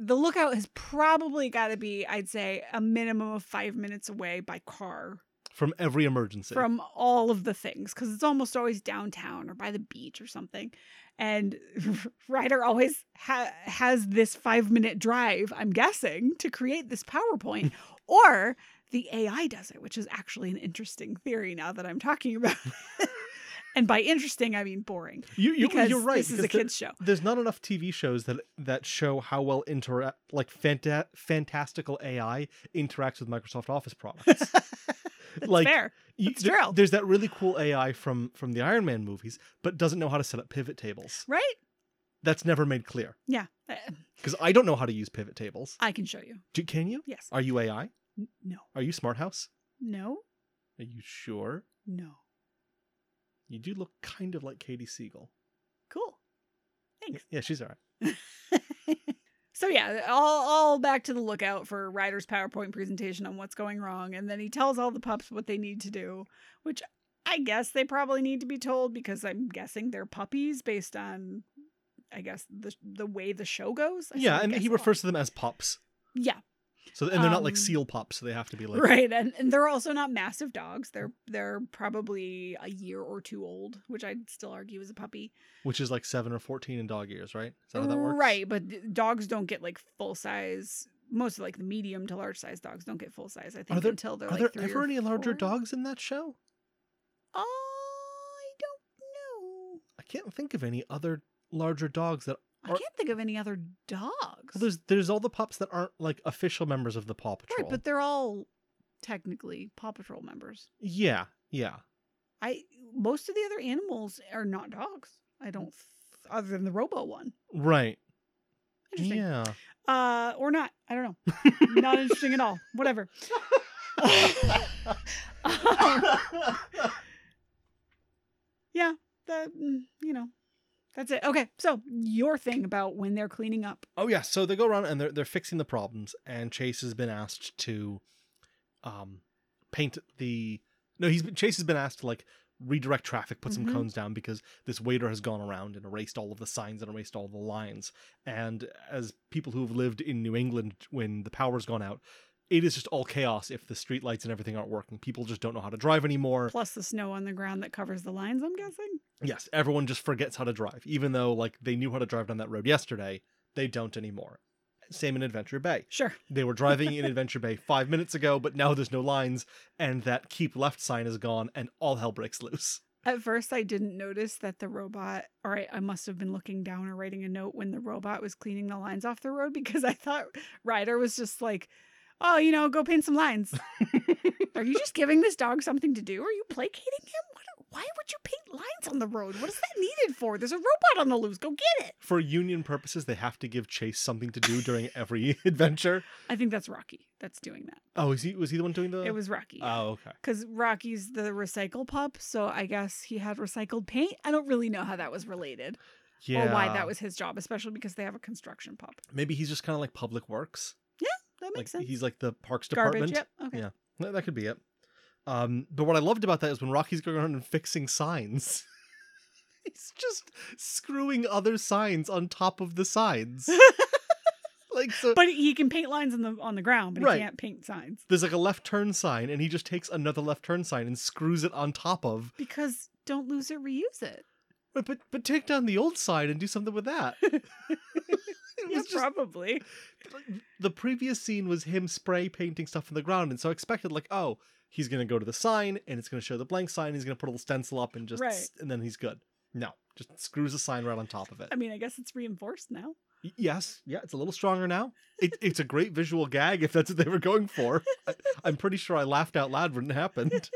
Speaker 10: the lookout has probably got to be, I'd say, a minimum of five minutes away by car
Speaker 11: From every emergency.
Speaker 10: from all of the things because it's almost always downtown or by the beach or something. And Ryder always ha- has this five minute drive, I'm guessing, to create this PowerPoint, or the AI does it, which is actually an interesting theory now that I'm talking about. it. and by interesting, I mean boring.
Speaker 11: you, you,
Speaker 10: because
Speaker 11: you're right.
Speaker 10: This is a
Speaker 11: because there-
Speaker 10: kids' show.
Speaker 11: there's not enough TV shows that that show how well interact like fanta- fantastical AI interacts with Microsoft Office products. like
Speaker 10: Fair.
Speaker 11: you-
Speaker 10: That's
Speaker 11: there-
Speaker 10: true.
Speaker 11: there's that really cool AI from from the Iron Man movies, but doesn't know how to set up pivot tables.
Speaker 10: Right?
Speaker 11: That's never made clear
Speaker 10: Yeah. Uh,
Speaker 11: because I don't know how to use pivot tables.
Speaker 10: I can show you.
Speaker 11: Do, can you?
Speaker 10: Yes.
Speaker 11: Are you AI?
Speaker 10: N- No.
Speaker 11: Are you Smart House?
Speaker 10: No.
Speaker 11: Are you sure?
Speaker 10: No.
Speaker 11: You do look kind of like Katie Siegel.
Speaker 10: Cool.
Speaker 11: Y-
Speaker 10: Thanks.
Speaker 11: Yeah, she's all right.
Speaker 10: So yeah, all all back to the lookout for Ryder's PowerPoint presentation on what's going wrong, and then he tells all the pups what they need to do, which I guess they probably need to be told because I'm guessing they're puppies based on I guess the the way the show goes. I
Speaker 11: yeah,
Speaker 10: sort of
Speaker 11: and
Speaker 10: guess
Speaker 11: he
Speaker 10: along.
Speaker 11: refers to them as pops.
Speaker 10: Yeah,
Speaker 11: So and they're not like
Speaker 10: Um,
Speaker 11: seal pops, so they have to be like
Speaker 10: right. And, and they're also not massive dogs. They're they're probably a year or two old, which I'd still argue is a puppy.
Speaker 11: which is like seven or fourteen in dog years, right? Is that how that works?
Speaker 10: Right, but d- dogs don't get like full size. Most of like the medium to large size dogs don't get full size. I think
Speaker 11: there-
Speaker 10: until they're
Speaker 11: Are
Speaker 10: like
Speaker 11: there
Speaker 10: three
Speaker 11: ever
Speaker 10: or
Speaker 11: any larger
Speaker 10: four.
Speaker 11: dogs in that show?
Speaker 10: I don't know.
Speaker 11: I can't think of any other larger dogs that
Speaker 10: I
Speaker 11: Or-
Speaker 10: can't think of any other dogs.
Speaker 11: well, there's there's all the pups that aren't like official members of the Paw Patrol.
Speaker 10: right, but they're all technically Paw Patrol members.
Speaker 11: yeah, yeah.
Speaker 10: I most of the other animals are not dogs. I don't, th- other than the Robo one.
Speaker 11: Right.
Speaker 10: Interesting.
Speaker 11: Yeah.
Speaker 10: Uh, or not. I don't know. not interesting at all. Whatever. Um, yeah. That mm, you know. That's it. Okay. So your thing about when they're cleaning up.
Speaker 11: Oh yeah, so they go around and they're they're fixing the problems, and Chase has been asked to, um, paint the no he's been, Chase has been asked to like redirect traffic, put
Speaker 10: Mhm.
Speaker 11: some cones down because this waiter has gone around and erased all of the signs and erased all the lines. And as people who have lived in New England when the power's gone out, it is just all chaos if the streetlights and everything aren't working. People just don't know how to drive anymore.
Speaker 10: Plus the snow on the ground that covers the lines. I'm guessing.
Speaker 11: Yes, everyone just forgets how to drive, even though like they knew how to drive down that road yesterday, they don't anymore. Same in Adventure Bay.
Speaker 10: Sure.
Speaker 11: They were driving in Adventure Bay five minutes ago, but now there's no lines, and that keep left sign is gone, and all hell breaks loose.
Speaker 10: At first, I didn't notice that the robot, or I, I must have been looking down or writing a note when the robot was cleaning the lines off the road because I thought Ryder was just like, oh, you know, go paint some lines. are you just giving this dog something to do? Are you placating him? What, why would you paint lines on the road? What is that needed for? There's a robot on the loose. Go get it.
Speaker 11: For union purposes, they have to give Chase something to do during every adventure.
Speaker 10: I think that's Rocky that's doing that.
Speaker 11: Oh, is he was he the one doing the?
Speaker 10: It was Rocky.
Speaker 11: Oh, okay.
Speaker 10: because Rocky's the recycle pup, so I guess he had recycled paint. I don't really know how that was related
Speaker 11: Yeah.
Speaker 10: or why that was his job, especially because they have a construction pup.
Speaker 11: Maybe he's just kind of like public works.
Speaker 10: That
Speaker 11: Like
Speaker 10: makes sense.
Speaker 11: he's like the parks
Speaker 10: Garbage.
Speaker 11: department.
Speaker 10: Yep. Okay.
Speaker 11: Yeah. That that could be it. Um, but what I loved about that is when Rocky's going around and fixing signs, he's just screwing other signs on top of the signs. like so,
Speaker 10: But he can paint lines on the on the ground, but
Speaker 11: Right.
Speaker 10: he can't paint signs
Speaker 11: there's like a left turn sign, and he just takes another left turn sign and screws it on top of.
Speaker 10: because don't lose it, reuse it.
Speaker 11: But but, but take down the old sign and do something with that. it
Speaker 10: Yeah,
Speaker 11: was just
Speaker 10: probably.
Speaker 11: the previous scene was him spray painting stuff on the ground, and so I expected like, oh, he's gonna go to the sign and it's gonna show the blank sign. He's gonna put a little stencil up and just,
Speaker 10: Right.
Speaker 11: and then he's good. No, just screws a sign right on top of it.
Speaker 10: I mean, I guess it's reinforced now.
Speaker 11: Y- yes, yeah, it's a little stronger now. It, it's a great visual gag if that's what they were going for. I, I'm pretty sure I laughed out loud when it happened.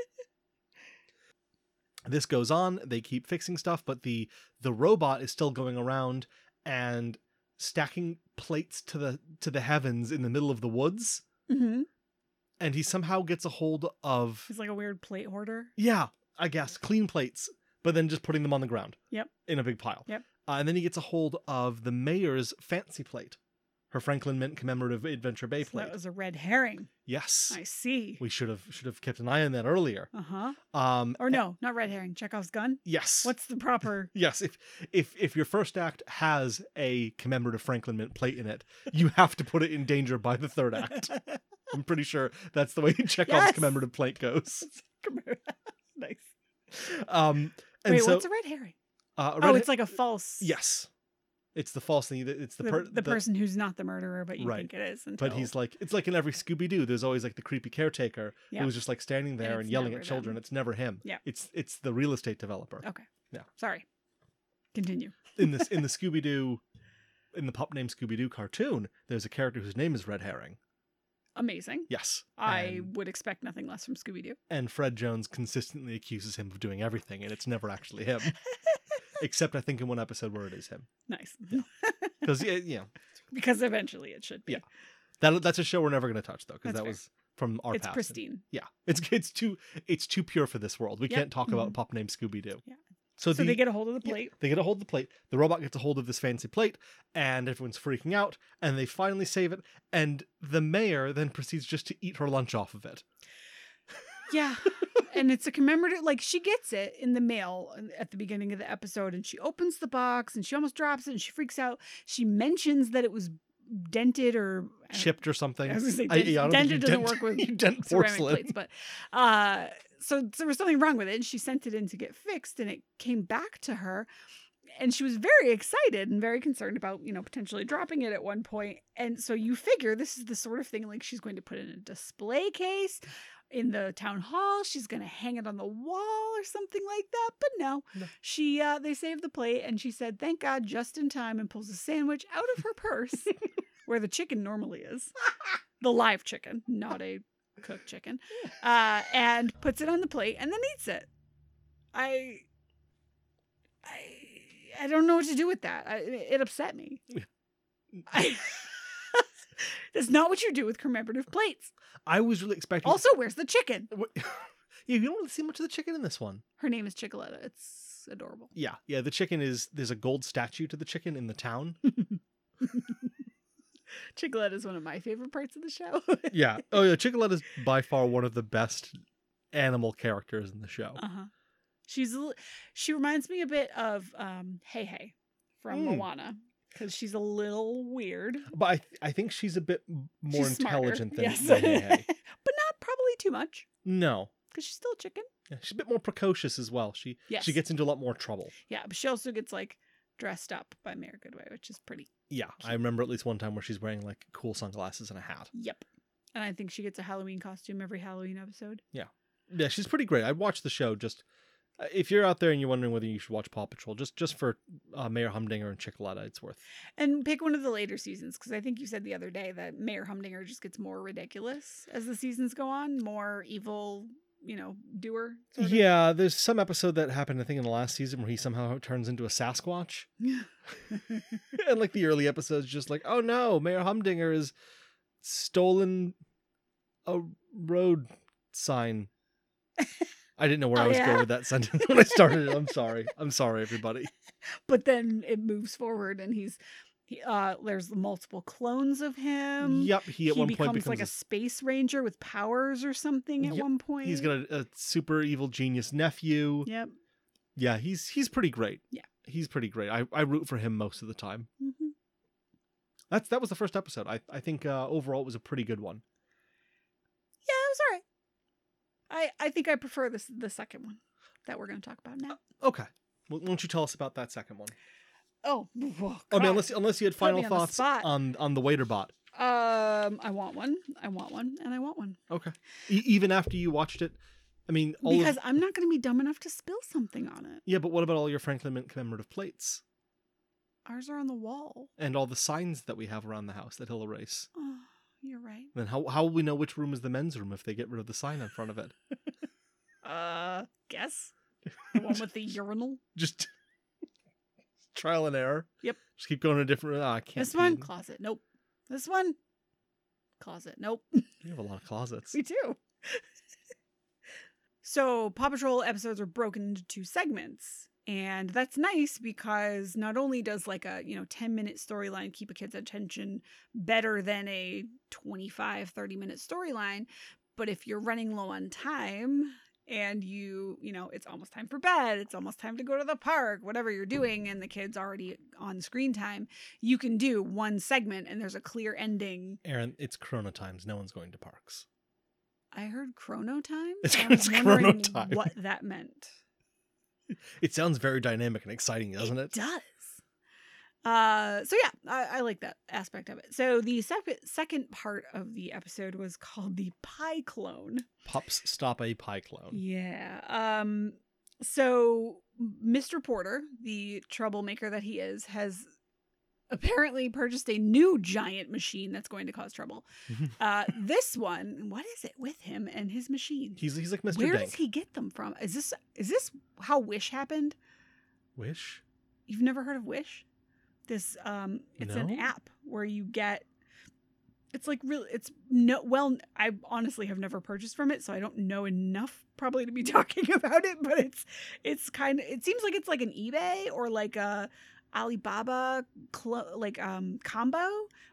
Speaker 11: this goes on. They keep fixing stuff, but the the robot is still going around and stacking plates to the to the heavens in the middle of the woods
Speaker 10: Mm-hmm.
Speaker 11: and he somehow gets a hold of
Speaker 10: He's like a weird plate hoarder.
Speaker 11: yeah i guess clean plates but then just putting them on the ground
Speaker 10: Yep.
Speaker 11: in a big pile
Speaker 10: Yep.
Speaker 11: uh, and then he gets a hold of the mayor's fancy plate her franklin mint commemorative adventure bay
Speaker 10: So
Speaker 11: plate
Speaker 10: that was a red herring.
Speaker 11: yes
Speaker 10: I see.
Speaker 11: we should have should have kept an eye on that earlier
Speaker 10: Uh huh.
Speaker 11: um
Speaker 10: Or no, not red herring. Chekhov's gun.
Speaker 11: yes
Speaker 10: What's the proper?
Speaker 11: yes if if if your first act has a commemorative franklin mint plate in it you have to put it in danger by the third act i'm pretty sure that's the way chekhov's
Speaker 10: Yes.
Speaker 11: commemorative plate goes
Speaker 10: nice.
Speaker 11: um and
Speaker 10: Wait,
Speaker 11: so
Speaker 10: what's a red herring?
Speaker 11: uh, a
Speaker 10: oh,
Speaker 11: red-
Speaker 10: it's like a false.
Speaker 11: Yes, it's the false thing. that- It's the
Speaker 10: The,
Speaker 11: per-
Speaker 10: the, person who's not the murderer, but you
Speaker 11: Right.
Speaker 10: think it is.
Speaker 11: But
Speaker 10: until-
Speaker 11: he's like, it's like in every Scooby Doo. There's always like the creepy caretaker
Speaker 10: Yeah.
Speaker 11: who was just like standing there and,
Speaker 10: it's
Speaker 11: yelling
Speaker 10: never
Speaker 11: at children.
Speaker 10: them.
Speaker 11: It's never him.
Speaker 10: Yeah. Oh.
Speaker 11: It's it's the real estate developer
Speaker 10: Okay.
Speaker 11: Yeah.
Speaker 10: Sorry. Continue.
Speaker 11: in this in the Scooby Doo, in the pup named Scooby Doo cartoon. There's a character whose name is Red Herring.
Speaker 10: Amazing.
Speaker 11: Yes,
Speaker 10: I
Speaker 11: And,
Speaker 10: would expect nothing less from Scooby Doo.
Speaker 11: and Fred Jones consistently accuses him of doing everything, and it's never actually him. Except I think in one episode where it is him,
Speaker 10: Nice.
Speaker 11: because yeah, you know,
Speaker 10: because eventually it should be.
Speaker 11: Yeah, that that's a show we're never going to touch though, because
Speaker 10: That's
Speaker 11: that
Speaker 10: fair.
Speaker 11: was from our
Speaker 10: it's
Speaker 11: past.
Speaker 10: pristine.
Speaker 11: Yeah, it's it's too it's too pure for this world. We
Speaker 10: Yep.
Speaker 11: can't talk about
Speaker 10: Mhm.
Speaker 11: Pop Name Scooby Doo.
Speaker 10: Yeah.
Speaker 11: So,
Speaker 10: so
Speaker 11: the-
Speaker 10: they get a hold of the
Speaker 11: yeah,
Speaker 10: plate.
Speaker 11: they get a hold of the plate. The robot gets a hold of this fancy plate, and everyone's freaking out. And they finally save it. And the mayor then proceeds just to eat her lunch off of it.
Speaker 10: Yeah. and it's a commemorative like she gets it in the mail at the beginning of the episode and she opens the box and she almost drops it and she freaks out. She mentions that it was dented or I don't-
Speaker 11: Chipped or something.
Speaker 10: I was gonna say
Speaker 11: I-
Speaker 10: dent-
Speaker 11: yeah, I don't think you
Speaker 10: dented doesn't
Speaker 11: dent-
Speaker 10: work with
Speaker 11: you dent
Speaker 10: ceramic
Speaker 11: porcelain.
Speaker 10: plates, but uh, so there was something wrong with it. And she sent it in to get fixed, and it came back to her, and she was very excited and very concerned about you know potentially dropping it at one point. And so you figure this is the sort of thing like she's going to put in a display case in the town hall. She's going to hang it on the wall or something like that. But no, she uh, they saved the plate, and she said thank God just in time, and pulls a sandwich out of her purse. Where the chicken normally is the live chicken, not a cooked chicken, uh, and puts it on the plate and then eats it. I, I, I don't know what to do with that. I, it upset me. I, that's not what you do with commemorative plates.
Speaker 11: I was really expecting.
Speaker 10: Also, where's the chicken?
Speaker 11: Wait- yeah, you don't really see much of the chicken in this one.
Speaker 10: Her name is Chicoletta. It's adorable.
Speaker 11: Yeah, yeah. The chicken is there's a gold statue to the chicken in the town.
Speaker 10: Chicoletta is one of my favorite parts of the show.
Speaker 11: yeah. Oh yeah. Chicolette is by far one of the best animal characters in the show.
Speaker 10: uh-huh. She's a, li- she reminds me a bit of um, Hey Hey from
Speaker 11: Mm.
Speaker 10: Moana because she's a little weird.
Speaker 11: But I th- I think she's a bit m- more
Speaker 10: She's smarter,
Speaker 11: intelligent than
Speaker 10: yes.
Speaker 11: than Hey Hey.
Speaker 10: but not probably too much
Speaker 11: No.
Speaker 10: because she's still a chicken.
Speaker 11: Yeah, she's a bit more precocious as well. She
Speaker 10: Yes.
Speaker 11: she gets into a lot more trouble.
Speaker 10: Yeah, but she also gets like dressed up by Mayor Goodway, which is pretty.
Speaker 11: Yeah, I remember at least one time where she's wearing like cool sunglasses and a hat.
Speaker 10: Yep. And I think she gets a Halloween costume every Halloween episode.
Speaker 11: Yeah, she's pretty great. I watched the show just uh, if you're out there and you're wondering whether you should watch Paw Patrol, just just for uh, Mayor Humdinger and Chicoletta, it's worth.
Speaker 10: And pick one of the later seasons because I think you said the other day that Mayor Humdinger just gets more ridiculous as the seasons go on, more evil, you know, doer. sort of.
Speaker 11: Yeah, there's some episode that happened I think in the last season where he somehow turns into a Sasquatch, and like the early episodes, just like oh no, Mayor Humdinger has stolen a road sign. I didn't know where
Speaker 10: Oh,
Speaker 11: I was
Speaker 10: yeah?
Speaker 11: going with that sentence when I started it. I'm sorry. I'm sorry, everybody.
Speaker 10: but then it moves forward and he's. He, uh, there's multiple clones of him.
Speaker 11: yep, he at one point becomes
Speaker 10: Um, like a,
Speaker 11: a
Speaker 10: space ranger with powers or something at
Speaker 11: Yep,
Speaker 10: one point.
Speaker 11: He's got a, a super evil genius nephew. Yeah.
Speaker 10: Yep.
Speaker 11: he's he's pretty great.
Speaker 10: Yeah.
Speaker 11: He's pretty great. I, I root for him most of the time.
Speaker 10: hmm
Speaker 11: That's that was the first episode. I I think uh, overall it was a pretty good one.
Speaker 10: Yeah, it was all right. I I think I prefer this the second one that we're going to talk about now.
Speaker 11: Okay. Well, why don't you tell us about that second one?
Speaker 10: Oh,
Speaker 11: I mean, unless unless you had
Speaker 10: Put me
Speaker 11: final
Speaker 10: on the
Speaker 11: thoughts
Speaker 10: spot.
Speaker 11: on on the waiter bot.
Speaker 10: um, I want one. I want one, and I want one
Speaker 11: Okay. E- even after you watched it, I mean, all of-
Speaker 10: because I'm not going to be dumb enough to spill something on it.
Speaker 11: yeah, but what about all your Franklin Mint commemorative plates
Speaker 10: Ours are on the wall.
Speaker 11: and all the signs that we have around the house that he'll erase?
Speaker 10: Oh, you're right.
Speaker 11: Then how how will we know which room is the men's room if they get rid of the sign in front of it?
Speaker 10: Uh, guess the one with the urinal.
Speaker 11: just trial and error.
Speaker 10: Yep.
Speaker 11: Just keep going to different. ah, I can't.
Speaker 10: this
Speaker 11: pee
Speaker 10: one
Speaker 11: in-
Speaker 10: closet. Nope. This one closet. Nope.
Speaker 11: You have a lot of closets.
Speaker 10: We do. so Paw Patrol episodes are broken into two segments. And that's nice because not only does like a, you know, 10 minute storyline keep a kid's attention better than a 25, 30 minute storyline, but if you're running low on time and you, you know, it's almost time for bed, it's almost time to go to the park, whatever you're doing and the kid's already on screen time, you can do one segment and there's a clear ending
Speaker 11: Aaron, it's Corona times. No one's going to parks.
Speaker 10: I heard chrono time.
Speaker 11: It's-
Speaker 10: and I was
Speaker 11: it's chrono
Speaker 10: wondering
Speaker 11: time.
Speaker 10: what that meant.
Speaker 11: It sounds very dynamic and exciting, doesn't it?
Speaker 10: does. Uh, so yeah, I, I like that aspect of it. So the sep- second part of the episode was called the pie clone.
Speaker 11: Pups stop a pie clone.
Speaker 10: Yeah. Um so Mr. Porter, the troublemaker that he is, has apparently purchased a new giant machine that's going to cause trouble. Uh this one, what is it with him and his machine?
Speaker 11: He's he's like Mr.
Speaker 10: Where
Speaker 11: Dank.
Speaker 10: does he get them from? Is this is this how Wish happened?
Speaker 11: Wish.
Speaker 10: You've never heard of Wish? This um it's an
Speaker 11: No.
Speaker 10: app where you get it's like real it's no well I honestly have never purchased from it so I don't know enough probably to be talking about it but it's it's kind of it seems like it's like an eBay or like a Alibaba clo- like um combo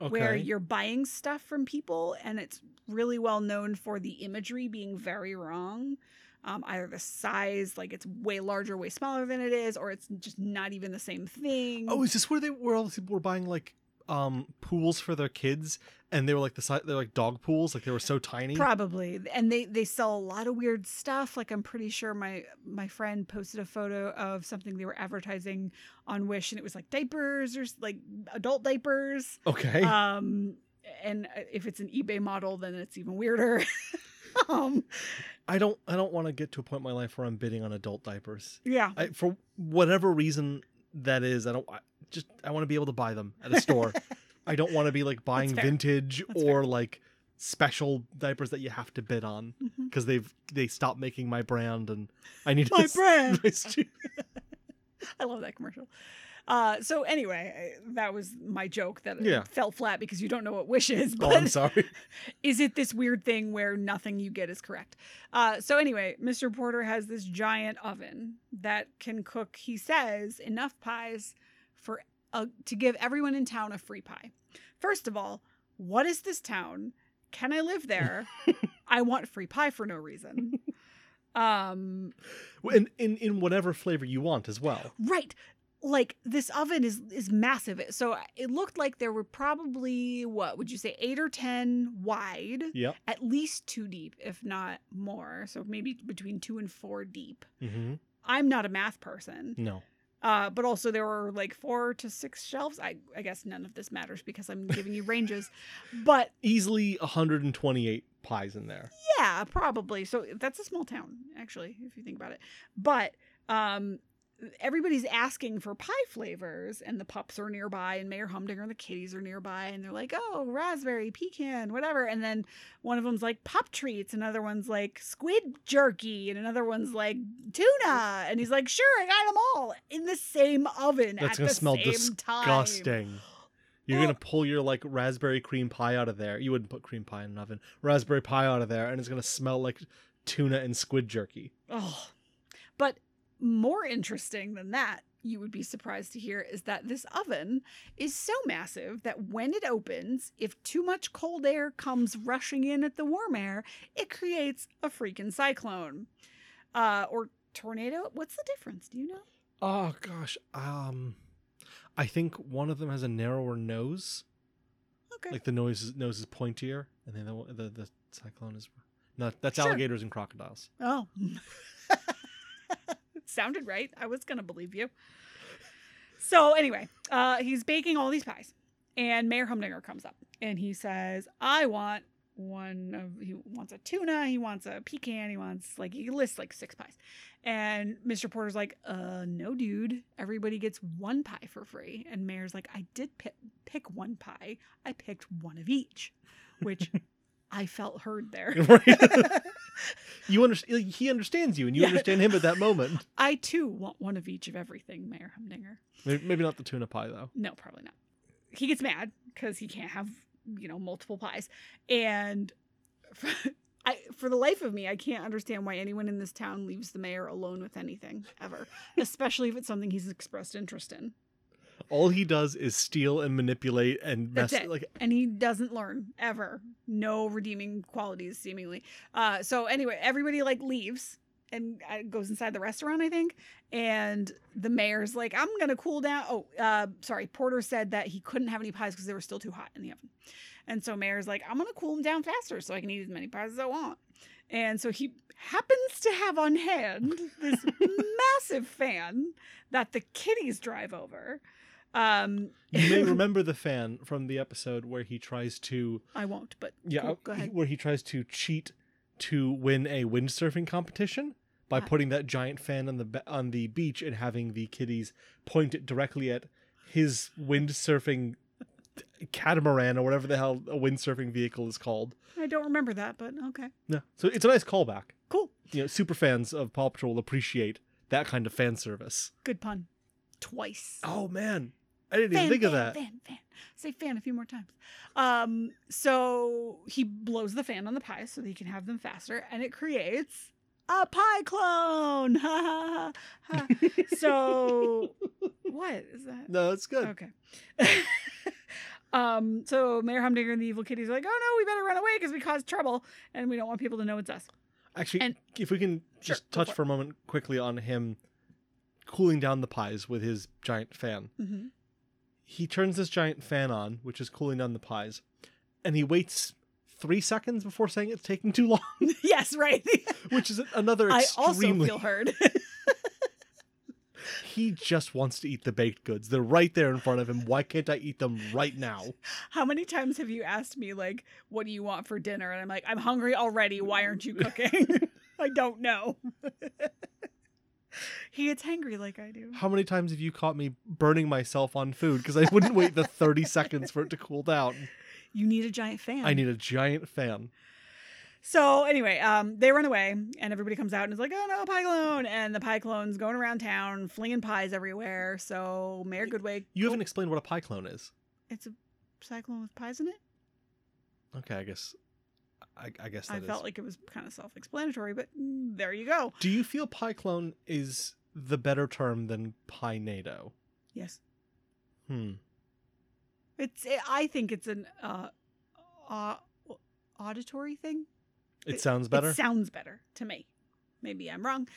Speaker 11: Okay.
Speaker 10: where you're buying stuff from people and it's really well known for the imagery being very wrong. Um, either the size, like it's way larger, way smaller than it is, or it's just not even the same thing.
Speaker 11: Oh, is this where they where all these people were buying like um pools for their kids and they were like the size they're like dog pools like they were so tiny
Speaker 10: Probably. And they they sell a lot of weird stuff. Like I'm pretty sure my my friend posted a photo of something they were advertising on Wish and it was like diapers or s- like adult diapers.
Speaker 11: okay
Speaker 10: Um and if it's an eBay model then it's even weirder. um
Speaker 11: i don't i don't want to get to a point in my life where i'm bidding on adult diapers
Speaker 10: yeah.
Speaker 11: I, for whatever reason that is, I don't I just I want to be able to buy them at a store. I don't want to be like buying
Speaker 10: fair.
Speaker 11: vintage
Speaker 10: That's
Speaker 11: or like special diapers that you have to bid on
Speaker 10: Mhm.
Speaker 11: because they've they stopped making my brand and I need
Speaker 10: My
Speaker 11: to-
Speaker 10: brand.
Speaker 11: my stu-
Speaker 10: I love that commercial. Uh, so anyway, I- that was my joke that it
Speaker 11: Yeah.
Speaker 10: fell flat because you don't know what wish is.
Speaker 11: oh, I'm
Speaker 10: But
Speaker 11: sorry.
Speaker 10: is it this weird thing where nothing you get is correct? Uh, so anyway, Mr. Porter has this giant oven that can cook, he says, enough pies for uh, to give everyone in town a free pie. First of all, what is this town? Can I live there? I want free pie for no reason. Um,
Speaker 11: And in in whatever flavor you want as well.
Speaker 10: Right. Like this oven is is massive. It- So uh, it looked like there were probably what would you say 8 or 10 wide,
Speaker 11: Yep.
Speaker 10: at least 2 deep if not more. So maybe between 2 and 4 deep.
Speaker 11: Mm-hmm.
Speaker 10: I'm not a math person.
Speaker 11: No.
Speaker 10: Uh but also there were like 4 to 6 shelves. I I guess none of this matters because I'm giving you ranges. But
Speaker 11: Easily 128 pies in there.
Speaker 10: Yeah, probably. So that's a small town, actually, if you think about it. But um, everybody's asking for pie flavors, and the pups are nearby, and Mayor Humdinger and the kitties are nearby, and they're like, "Oh, raspberry, pecan, whatever." And then one of them's like pop treats, another one's like squid jerky, and another one's like tuna. And he's like, "Sure, I got them all in the same oven
Speaker 11: That's
Speaker 10: at
Speaker 11: gonna
Speaker 10: the
Speaker 11: smell
Speaker 10: same time."
Speaker 11: disgusting. You're
Speaker 10: Ugh.
Speaker 11: gonna pull your like raspberry cream pie out of there. You wouldn't put cream pie in an oven. Raspberry pie out of there, and it's gonna smell like tuna and squid jerky.
Speaker 10: Oh, but more interesting than that, you would be surprised to hear, is that this oven is so massive that when it opens, if too much cold air comes rushing in at the warm air, it creates a freaking cyclone uh, or tornado. What's the difference? Do you know?
Speaker 11: Oh gosh. Um, I think one of them has a narrower nose,
Speaker 10: Okay.
Speaker 11: like the nose is, nose is pointier, and then the the, the cyclone is. No, that's
Speaker 10: Sure.
Speaker 11: alligators and crocodiles.
Speaker 10: Oh. Sounded right. I was going to believe you. So, anyway, uh, he's baking all these pies, and Mayor Humdinger comes up and he says, I want one of, he wants a tuna, he wants a pecan, he wants, like, he lists like six pies. And Mr. Porter's like, uh, no, dude. Everybody gets one pie for free. And Mayor's like, I did pick, pick one pie, I picked one of each, which I felt heard there.
Speaker 11: Right? you understand? He understands you, and you
Speaker 10: Yeah.
Speaker 11: understand him at that moment.
Speaker 10: I too want one of each of everything, Mayor Humdinger.
Speaker 11: Maybe, maybe not the tuna pie though.
Speaker 10: No, probably not. He gets mad because he can't have, you know, multiple pies. And I, for the life of me, I can't understand why anyone in this town leaves the mayor alone with anything ever, especially if it's something he's expressed interest in.
Speaker 11: All he does is steal and manipulate and mess.
Speaker 10: That's it.
Speaker 11: Like
Speaker 10: and he doesn't learn ever. No redeeming qualities, seemingly. Uh, so anyway, everybody like leaves and uh, goes inside the restaurant, I think. And the mayor's like, "I'm gonna cool down." Oh, uh, sorry, Porter said that he couldn't have any pies because they were still too hot in the oven. And so mayor's like, "I'm gonna cool them down faster so I can eat as many pies as I want." And so he happens to have on hand this massive fan that the kitties drive over. Um,
Speaker 11: You may remember the fan from the episode where he tries to
Speaker 10: I won't, but
Speaker 11: yeah,
Speaker 10: cool, go ahead.
Speaker 11: where he tries to cheat to win a windsurfing competition by
Speaker 10: Ah.
Speaker 11: putting that giant fan on the ba- on the beach and having the kiddies point it directly at his windsurfing catamaran or whatever the hell a windsurfing vehicle is called.
Speaker 10: I don't remember that, but okay.
Speaker 11: Yeah. So it's a nice callback.
Speaker 10: Cool.
Speaker 11: You know, super fans of Paw Patrol appreciate that kind of fan service.
Speaker 10: Good pun. Twice.
Speaker 11: Oh man. I didn't
Speaker 10: Fan,
Speaker 11: even think of
Speaker 10: fan,
Speaker 11: that.
Speaker 10: Fan, fan. Say fan a few more times. Um, so he blows the fan on the pie so that he can have them faster, and it creates a pie clone. Ha, ha, ha, ha. so what What is that?
Speaker 11: No, it's good.
Speaker 10: Okay. um, so Mayor Humdinger and the evil kitties are like, oh no, we better run away because we caused trouble and we don't want people to know it's us.
Speaker 11: Actually,
Speaker 10: And-
Speaker 11: if we can
Speaker 10: Sure,
Speaker 11: just
Speaker 10: go
Speaker 11: touch
Speaker 10: for it.
Speaker 11: for a moment quickly on him cooling down the pies with his giant fan.
Speaker 10: Mhm.
Speaker 11: He turns this giant fan on, which is cooling down the pies, and he waits three seconds before saying it's taking too long,
Speaker 10: yes, right.
Speaker 11: which is another
Speaker 10: I also
Speaker 11: extremely.
Speaker 10: feel heard.
Speaker 11: He just wants to eat the baked goods. They're right there in front of him. Why can't I eat them right now?
Speaker 10: How many times have you asked me, like, what do you want for dinner? And I'm like, I'm hungry already. Why aren't you cooking? I don't know. he gets hangry like I do.
Speaker 11: How many times have you caught me burning myself on food because I wouldn't wait the 30 seconds for it to cool down?
Speaker 10: You need a giant fan.
Speaker 11: I need a giant fan.
Speaker 10: So anyway, um, they run away, and everybody comes out and is like, "Oh no, pie clone!" And the pie clone's going around town, flinging pies everywhere. So Mayor Goodway,
Speaker 11: You haven't explained what a pie clone is.
Speaker 10: it's a cyclone with pies in it.
Speaker 11: Okay, I guess. I, I guess
Speaker 10: I
Speaker 11: that is.
Speaker 10: felt like it was kind of self-explanatory, but mm, there you go.
Speaker 11: Do you feel pie clone is the better term than pie nato?
Speaker 10: Yes,
Speaker 11: Hmm.
Speaker 10: it's. It, I think it's an uh, uh, auditory thing.
Speaker 11: It, sounds better.
Speaker 10: It sounds better to me. Maybe I'm wrong.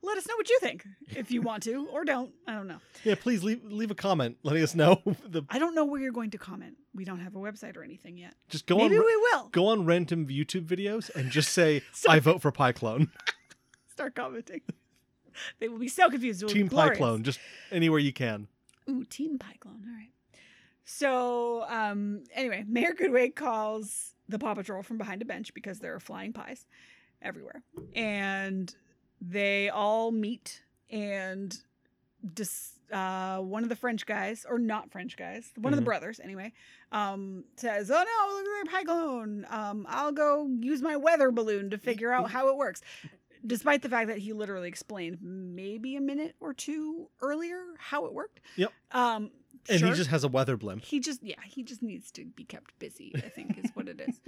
Speaker 10: Let us know what you think if you want to or don't. I don't know.
Speaker 11: yeah, please leave leave a comment letting us know. the
Speaker 10: I don't know where you're going to comment. We don't have a website or anything yet.
Speaker 11: just go
Speaker 10: Maybe
Speaker 11: on
Speaker 10: we will.
Speaker 11: go on random YouTube videos and just say
Speaker 10: Sorry.
Speaker 11: I vote for pie clone,
Speaker 10: start commenting. They will be so confused. It will be
Speaker 11: team pie
Speaker 10: glorious.
Speaker 11: clone, just anywhere you can.
Speaker 10: Ooh, team Pyclone. All right. So, um, anyway, Mayor Goodway calls the Paw Patrol from behind a bench because there are flying pies everywhere. And they all meet and dis- uh, one of the French guys, or not French guys, one of the
Speaker 11: Mhm.
Speaker 10: brothers anyway, um, says, Oh no, look at their Pyclone. Um, I'll go use my weather balloon to figure out how it works. Despite the fact that he literally explained maybe a minute or two earlier how it worked.
Speaker 11: Yep.
Speaker 10: Um,
Speaker 11: And
Speaker 10: sure.
Speaker 11: he just has a weather blimp.
Speaker 10: He just yeah, he just needs to be kept busy, I think is what it is.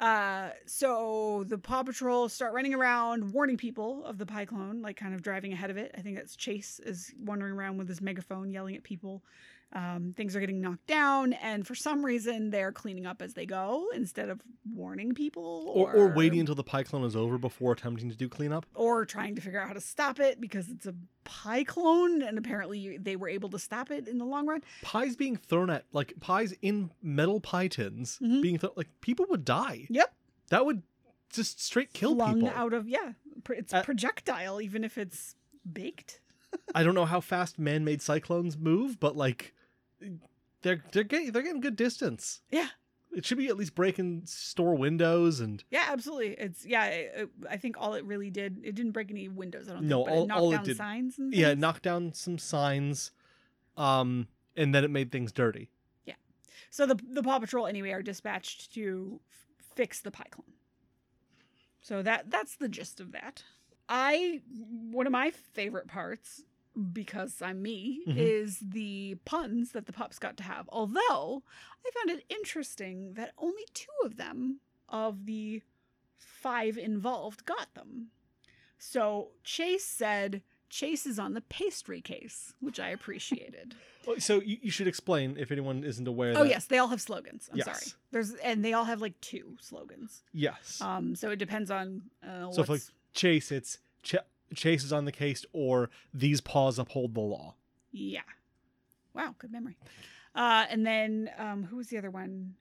Speaker 10: Uh so the Paw Patrol start running around warning people of the Pyclone, like kind of driving ahead of it. I think that's Chase is wandering around with his megaphone yelling at people. Um, things are getting knocked down, and for some reason they're cleaning up as they go instead of warning people
Speaker 11: Or, or waiting until the pie clone is over before attempting to do cleanup.
Speaker 10: or trying to figure out how to stop it because it's a pie clone, and apparently you, they were able to stop it in the long run.
Speaker 11: Pies being thrown at like pies in metal pie tins
Speaker 10: Mhm.
Speaker 11: being thrown like people would die.
Speaker 10: Yep.
Speaker 11: That would just straight kill
Speaker 10: flung
Speaker 11: people.
Speaker 10: out of yeah pr- it's
Speaker 11: Uh,
Speaker 10: projectile even if it's baked
Speaker 11: I don't know how fast man-made cyclones move, but like they're they're getting they're getting good distance.
Speaker 10: Yeah.
Speaker 11: It should be at least breaking store windows and
Speaker 10: yeah absolutely it's yeah it, it- i think all it really did it didn't break any windows i don't
Speaker 11: No,
Speaker 10: think but
Speaker 11: all-
Speaker 10: it knocked
Speaker 11: all it
Speaker 10: down
Speaker 11: did-
Speaker 10: signs and
Speaker 11: yeah,
Speaker 10: things.
Speaker 11: knock down some signs um and then it made things dirty.
Speaker 10: so the the paw patrol anyway are dispatched to f- fix the pyclone so that that's the gist of that i one of my favorite parts because i'm me
Speaker 11: Mhm.
Speaker 10: is the puns that the pups got to have although i found it interesting that only two of them of the five involved got them so chase said chase is on the pastry case which i appreciated
Speaker 11: Oh, So you, you should explain if anyone isn't aware
Speaker 10: Oh
Speaker 11: that
Speaker 10: yes, they all have slogans. I'm sorry.
Speaker 11: Yes.
Speaker 10: There's and they all have like two slogans.
Speaker 11: yes.
Speaker 10: Um, so it depends on uh,
Speaker 11: So if, like,
Speaker 10: what's
Speaker 11: Chase it's ch- Chase is on the case or these paws uphold the law.
Speaker 10: yeah. Wow, good memory. Uh, and then um, who was the other one?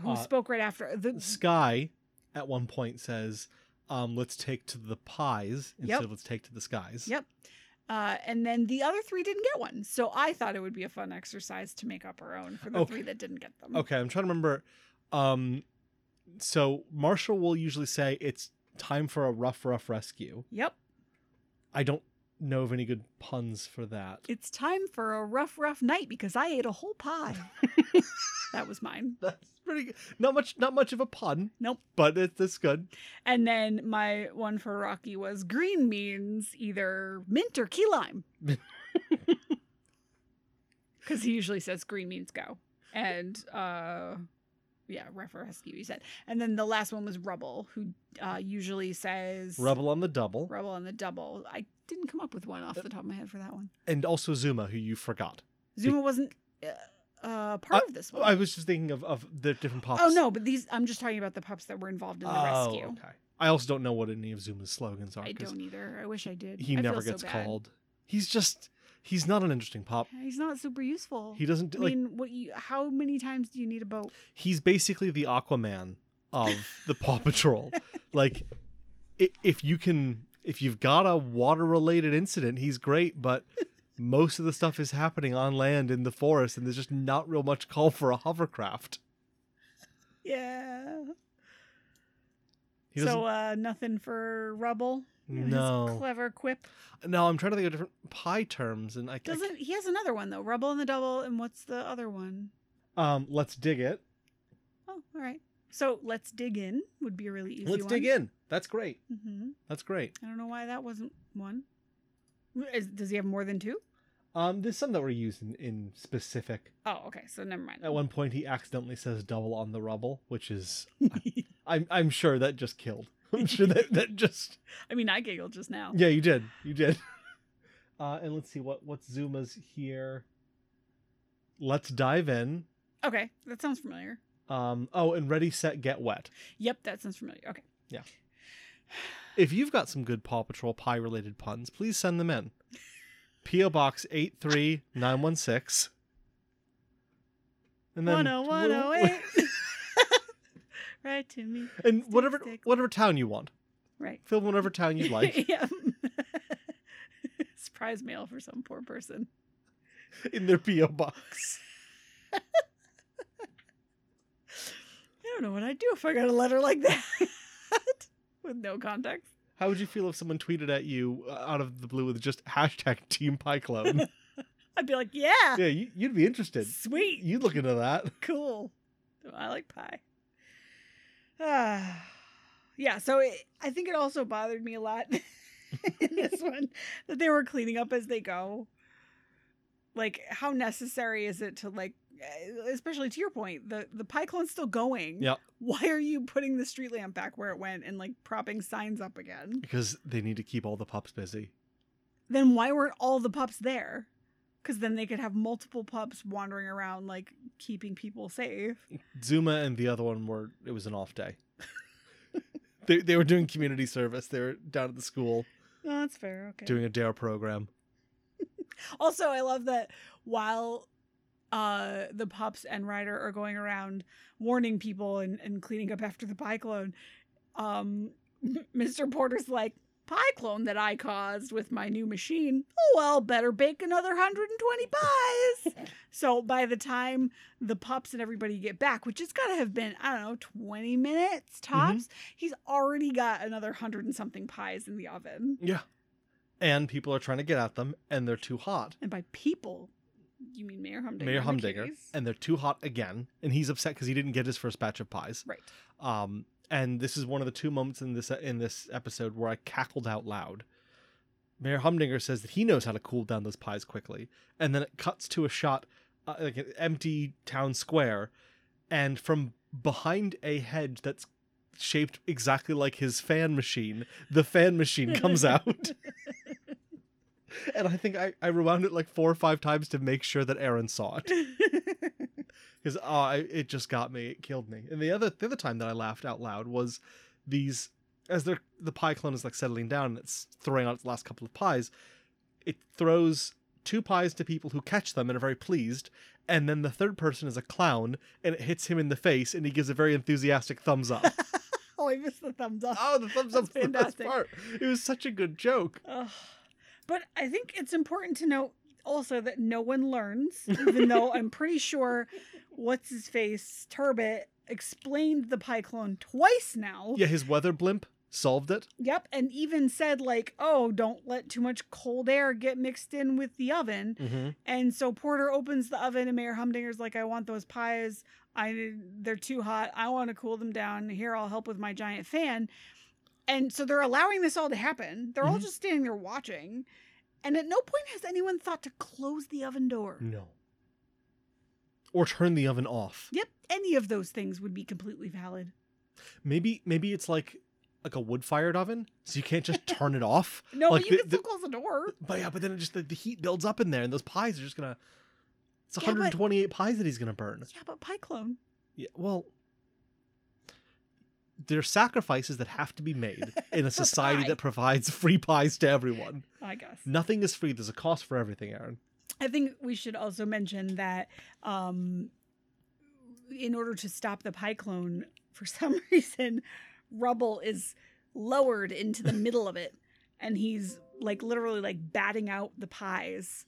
Speaker 10: Who
Speaker 11: Uh,
Speaker 10: spoke right after the
Speaker 11: Sky at one point says um, let's take to the pies instead
Speaker 10: Yep.
Speaker 11: of let's take to the skies.
Speaker 10: Yep. Uh, and then the other three didn't get one, so I thought it would be a fun exercise to make up our own for the
Speaker 11: Okay.
Speaker 10: three that didn't get them.
Speaker 11: Okay, I'm trying to remember. Um, so Marshall will usually say it's time for a rough, rough rescue.
Speaker 10: Yep.
Speaker 11: I don't know of any good puns for that.
Speaker 10: It's time for a rough, rough night because I ate a whole pie. that was mine.
Speaker 11: That's pretty good. Not much, not much of a pun.
Speaker 10: Nope.
Speaker 11: But it, that's good.
Speaker 10: And then my one for Rocky was green means either mint or key lime. Because he usually says green means go. And uh, yeah, ref or rescue, he said. And then the last one was Rubble, who uh, usually says
Speaker 11: Rebel on the double.
Speaker 10: Rubble on the double. I didn't come up with one
Speaker 11: Uh,
Speaker 10: off the top of my head for that one.
Speaker 11: and also Zuma, who you forgot.
Speaker 10: Zuma wasn't uh, uh, part of this one.
Speaker 11: I was just thinking of, of the different pops.
Speaker 10: oh no, but these I'm just talking about the pups that were involved in the
Speaker 11: Oh,
Speaker 10: rescue.
Speaker 11: okay. I also don't know what any of Zuma's slogans are
Speaker 10: I
Speaker 11: because
Speaker 10: don't either. I wish I did.
Speaker 11: he
Speaker 10: I
Speaker 11: never
Speaker 10: feel so
Speaker 11: gets
Speaker 10: bad.
Speaker 11: called. He's just he's not an interesting pop.
Speaker 10: Yeah, He's not super useful.
Speaker 11: He doesn't
Speaker 10: I
Speaker 11: like
Speaker 10: mean, what you? How many times do you need a boat?
Speaker 11: he's basically the Aquaman of the Paw Patrol. like i- if you can if you've got a water related incident, he's great, but most of the stuff is happening on land in the forest and there's just not real much call for a hovercraft.
Speaker 10: Yeah.
Speaker 11: He doesn't Oh.
Speaker 10: so uh, nothing for rubble. His
Speaker 11: No.
Speaker 10: clever quip.
Speaker 11: No, I'm trying to think of different pie terms and I I-
Speaker 10: Doesn't he has another one though? Rubble and the double, and what's the other one?
Speaker 11: um let's dig it.
Speaker 10: Oh, all right. So let's dig in would be a really easy
Speaker 11: Let's
Speaker 10: one.
Speaker 11: dig in. That's great.
Speaker 10: hmm
Speaker 11: That's great.
Speaker 10: I don't know why that wasn't one. Is, does he have more than two?
Speaker 11: Um, there's some that were used in, in specific.
Speaker 10: Oh, okay. So never mind.
Speaker 11: At one point, he accidentally says "double on the rubble," which is, I'm I'm sure that just killed. I'm sure that that just
Speaker 10: I mean, I giggled just now.
Speaker 11: yeah, you did, you did. Uh, and let's see what what's Zuma's here. Let's dive in.
Speaker 10: Okay, that sounds familiar.
Speaker 11: Um, oh, and ready, set, get wet.
Speaker 10: Yep, that sounds familiar. Okay.
Speaker 11: If you've got some good Paw Patrol pie related puns, please send them in. PO Box eight three nine one six. And
Speaker 10: One oh one oh eight. Right to me.
Speaker 11: and
Speaker 10: Stick,
Speaker 11: whatever
Speaker 10: stick.
Speaker 11: whatever town you want.
Speaker 10: Right.
Speaker 11: Film whatever town you'd like.
Speaker 10: yeah. Surprise mail for some poor person.
Speaker 11: in their PO box.
Speaker 10: I don't know what I'd do if I got a letter like that with no context.
Speaker 11: How would you feel if someone tweeted at you uh, out of the blue with just hashtag Team Pie Club?
Speaker 10: I'd be like, yeah,
Speaker 11: yeah, you, you'd be interested.
Speaker 10: sweet,
Speaker 11: You'd look into that.
Speaker 10: cool. Oh, I like pie. Ah, yeah, so it, I think it also bothered me a lot in this one that they were cleaning up as they go. Like, how necessary is it to like, eh, especially to your point, the the pie clone's still going.
Speaker 11: Yep.
Speaker 10: Why are you putting the street lamp back where it went and like propping signs up again?
Speaker 11: Because they need to keep all the pups busy.
Speaker 10: then why weren't all the pups there? Because then they could have multiple pups wandering around, like keeping people safe.
Speaker 11: Zuma and the other one were, it was an off day. they, they were doing community service. They were down at the school
Speaker 10: No, Oh, that's fair. Okay.
Speaker 11: doing a DARE program.
Speaker 10: also, I love that while uh, the pups and Ryder are going around warning people and, and cleaning up after the pie clone, um, Mr. Porter's like, pie clone that I caused with my new machine. Oh, well, better bake another 120 pies. so by the time the pups and everybody get back, which has got to have been, I don't know, 20 minutes
Speaker 11: Mm-hmm.
Speaker 10: tops, he's already got another 100 and something pies in the oven.
Speaker 11: Yeah. And people are trying to get at them, and they're too hot.
Speaker 10: And by people, you mean Mayor Humdinger?
Speaker 11: Mayor
Speaker 10: and the
Speaker 11: Humdinger,
Speaker 10: kitties.
Speaker 11: and they're too hot again, and he's upset because he didn't get his first batch of pies.
Speaker 10: Right.
Speaker 11: Um, and this is one of the two moments in this in this episode where I cackled out loud. Mayor Humdinger says that he knows how to cool down those pies quickly, and then it cuts to a shot uh, like an empty town square, and from behind a hedge that's shaped exactly like his fan machine, the fan machine comes out. And I think I, I rewound it like four or five times to make sure that Aaron saw it because uh, I- it just got me it killed me and the other the other time that i laughed out loud was these as they're, the pie clone is like settling down and it's throwing out its last couple of pies it throws two pies to people who catch them and are very pleased and then the third person is a clown and it hits him in the face and he gives a very enthusiastic thumbs up
Speaker 10: oh, I missed the thumbs up.
Speaker 11: oh the thumbs up's
Speaker 10: That's
Speaker 11: the best
Speaker 10: fantastic.
Speaker 11: part it was such a good joke
Speaker 10: Ugh. But I think it's important to note also that no one learns, even though I'm pretty sure what's his face Turbot explained the pie clone twice now.
Speaker 11: yeah his weather blimp solved it
Speaker 10: Yep, and even said like, "Oh, don't let too much cold air get mixed in with the oven."
Speaker 11: mm-hmm.
Speaker 10: And so Porter opens the oven, and Mayor Humdinger's like, "I want those pies. I they're too hot. I want to cool them down. Here, I'll help with my giant fan." And so they're allowing this all to happen. They're all
Speaker 11: Mhm.
Speaker 10: just standing there watching, and at no point has anyone thought to close the oven door.
Speaker 11: no or turn the oven off
Speaker 10: Yep, any of those things would be completely valid.
Speaker 11: Maybe maybe it's like like a wood fired oven, so you can't just turn it off.
Speaker 10: No,
Speaker 11: like
Speaker 10: but you
Speaker 11: the-
Speaker 10: can
Speaker 11: the-
Speaker 10: still close the door.
Speaker 11: But yeah, but then it just the, the heat builds up in there, and those pies are just gonna. It's
Speaker 10: Yeah, but-
Speaker 11: 128 pies that he's gonna burn.
Speaker 10: Yeah, but Pyclone.
Speaker 11: Yeah, well, there's sacrifices that have to be made in a society
Speaker 10: pie.
Speaker 11: that provides free pies to everyone.
Speaker 10: I guess.
Speaker 11: Nothing is free. There's a cost for everything, Aaron.
Speaker 10: I think we should also mention that um, in order to stop the Pyclone, for some reason, rubble is lowered into the middle of it. And he's like literally like batting out the pies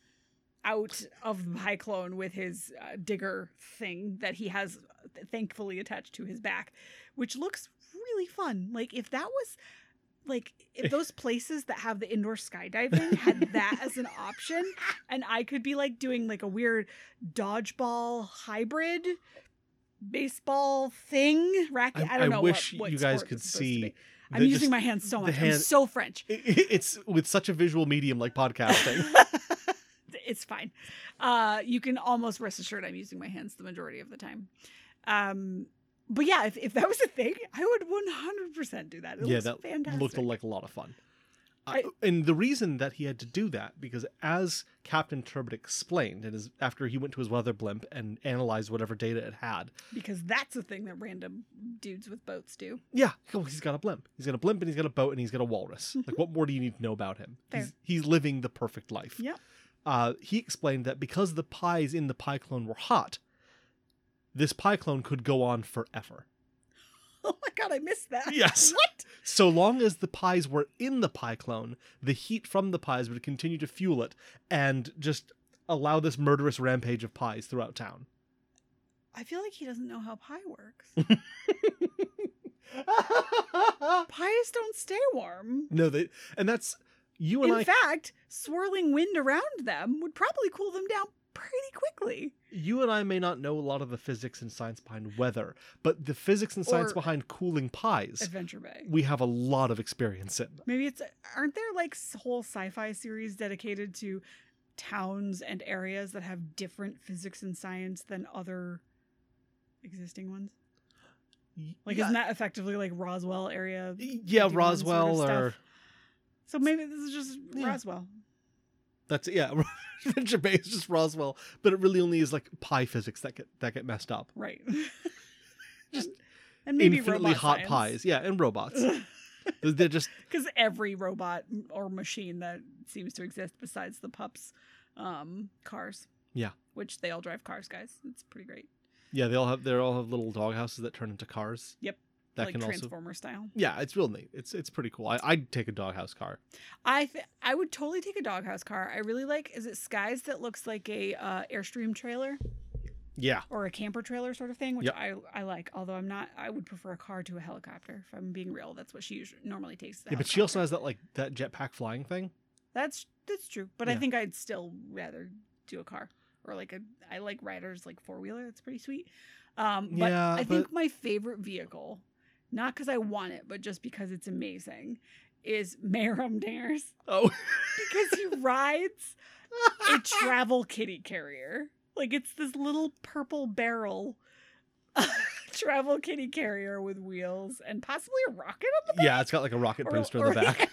Speaker 10: out of the Pyclone with his uh, digger thing that he has uh, thankfully attached to his back, which looks really fun. Like, if that was. Like if those places that have the indoor skydiving had that as an option, and I could be like doing like a weird dodgeball hybrid baseball thing racket.
Speaker 11: I-
Speaker 10: I, don't
Speaker 11: I
Speaker 10: know.
Speaker 11: wish
Speaker 10: what, what
Speaker 11: you guys
Speaker 10: sport
Speaker 11: could
Speaker 10: it's supposed to
Speaker 11: see
Speaker 10: be. I'm
Speaker 11: the-
Speaker 10: using
Speaker 11: just-
Speaker 10: my hands so
Speaker 11: the
Speaker 10: much. I'm
Speaker 11: hand-
Speaker 10: so French.
Speaker 11: It- it- it's with such a visual medium like podcasting.
Speaker 10: it's fine. Uh, you can almost rest assured I'm using my hands the majority of the time. Um, but yeah, if, if that was a thing, I would 100% do that. It
Speaker 11: yeah,
Speaker 10: looks
Speaker 11: that
Speaker 10: fantastic.
Speaker 11: looked like a lot of fun. I,
Speaker 10: I-
Speaker 11: and the reason that he had to do that because as Captain Turbot explained, and his, after he went to his weather blimp and analyzed whatever data it had,
Speaker 10: because that's a thing that random dudes with boats do.
Speaker 11: yeah, well, he's got a blimp. He's got a blimp and he's got a boat and he's got a walrus. like, what more do you need to know about him?
Speaker 10: Fair.
Speaker 11: He's he's living the perfect life.
Speaker 10: Yep.
Speaker 11: Uh, he explained that because the pies in the pie clone were hot, this pie clone could go on forever.
Speaker 10: Oh my god, I missed that.
Speaker 11: Yes.
Speaker 10: What?
Speaker 11: So long as the pies were in the pie clone, the heat from the pies would continue to fuel it and just allow this murderous rampage of pies throughout town.
Speaker 10: I feel like he doesn't know how pie works. Pies don't stay warm.
Speaker 11: no, they, and that's you and
Speaker 10: In
Speaker 11: I.
Speaker 10: fact, swirling wind around them would probably cool them down pretty quickly.
Speaker 11: you and I may not know a lot of the physics and science behind weather, but the physics and science
Speaker 10: Or-
Speaker 11: behind cooling pies,
Speaker 10: Adventure Bay.
Speaker 11: we have a lot of experience in.
Speaker 10: Maybe it's aren't there like s- whole sci-fi series dedicated to towns and areas that have different physics and science than other existing ones? Like
Speaker 11: yeah,
Speaker 10: isn't that effectively like Roswell area? 51
Speaker 11: yeah,
Speaker 10: sort of
Speaker 11: Roswell or
Speaker 10: stuff? So maybe this is just
Speaker 11: Yeah.
Speaker 10: Roswell.
Speaker 11: that's yeah, Adventure Bay is just Roswell, but it really only is like pie physics that get that get messed up.
Speaker 10: Right.
Speaker 11: Just
Speaker 10: and maybe
Speaker 11: infinitely
Speaker 10: robot
Speaker 11: hot
Speaker 10: science.
Speaker 11: pies. Yeah, and robots. They're just
Speaker 10: because every robot m- or machine that seems to exist besides the pups um cars
Speaker 11: Yeah.
Speaker 10: which they all drive cars guys it's pretty great
Speaker 11: yeah, they all have they all have little dog houses that turn into cars.
Speaker 10: Yep.
Speaker 11: That
Speaker 10: like
Speaker 11: can also
Speaker 10: transformer style
Speaker 11: Yeah, it's real neat. It's it's pretty cool. I I'd take a doghouse car.
Speaker 10: i th- i would totally take a doghouse car i really like is it skies that looks like a uh, airstream trailer
Speaker 11: Yeah.
Speaker 10: or a camper trailer sort of thing which
Speaker 11: Yep.
Speaker 10: i i like although i'm not i would prefer a car to a helicopter if i'm being real that's what she usually normally takes is a
Speaker 11: Yeah, but she also
Speaker 10: helicopter.
Speaker 11: has that like that jetpack flying thing.
Speaker 10: that's that's true but i
Speaker 11: Yeah.
Speaker 10: think i'd still rather do a car or like a i like riders like four-wheeler that's pretty sweet um but
Speaker 11: Yeah,
Speaker 10: i
Speaker 11: but-
Speaker 10: think my favorite vehicle not because i want it but just because it's amazing is Marum Dares
Speaker 11: Oh.
Speaker 10: because he rides a travel kitty carrier. Like it's this little purple barrel travel kitty carrier with wheels and possibly a rocket on the back
Speaker 11: yeah, it's got like a rocket
Speaker 10: or-
Speaker 11: booster
Speaker 10: or-
Speaker 11: in the back.
Speaker 10: like-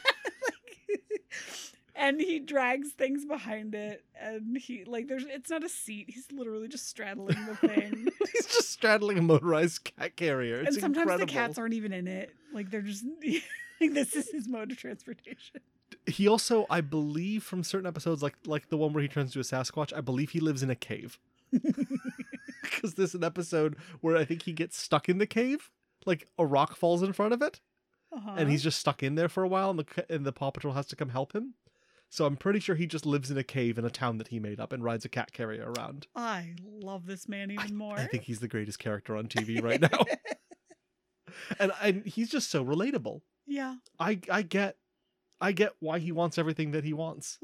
Speaker 10: and he drags things behind it, and he like there's it's not a seat. He's literally just straddling the thing.
Speaker 11: He's just straddling a motorized cat carrier. It's
Speaker 10: and sometimes
Speaker 11: incredible.
Speaker 10: the cats aren't even in it. Like they're just like this is his mode of transportation.
Speaker 11: He also, I believe, from certain episodes, like like the one where he turns into a Sasquatch, I believe he lives in a cave. Because there's an episode where I think he gets stuck in the cave, like a rock falls in front of it,
Speaker 10: Uh-huh.
Speaker 11: and he's just stuck in there for a while, and the ca- and the Paw Patrol has to come help him. So I'm pretty sure he just lives in a cave in a town that he made up and rides a cat carrier around.
Speaker 10: I love this man even more.
Speaker 11: I think he's the greatest character on TV right now, and and he's just so relatable.
Speaker 10: yeah,
Speaker 11: I I get I get why he wants everything that he wants.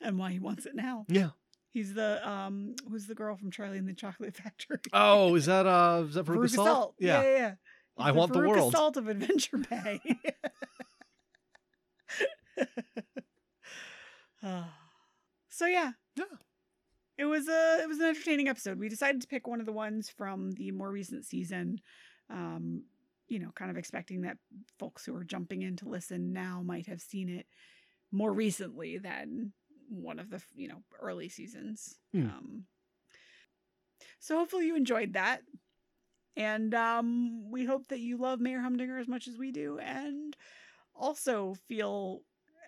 Speaker 10: and why he wants it now.
Speaker 11: Yeah.
Speaker 10: He's the um who's the girl from Charlie and the Chocolate Factory.
Speaker 11: Oh, is that uh is that Veruca
Speaker 10: Veruca
Speaker 11: Salt?
Speaker 10: Salt.
Speaker 11: Yeah.
Speaker 10: yeah, yeah. yeah.
Speaker 11: I
Speaker 10: He's
Speaker 11: want the
Speaker 10: Veruca
Speaker 11: world.
Speaker 10: Salt of Adventure Bay. Ah. so yeah,
Speaker 11: Yeah.
Speaker 10: it was a it was an entertaining episode. We decided to pick one of the ones from the more recent season. Um, you know, kind of expecting that folks who are jumping in to listen now might have seen it more recently than one of the, f- you know, early seasons.
Speaker 11: Hmm.
Speaker 10: Um, so hopefully you enjoyed that. And um, we hope that you love Mayor Humdinger as much as we do and also feel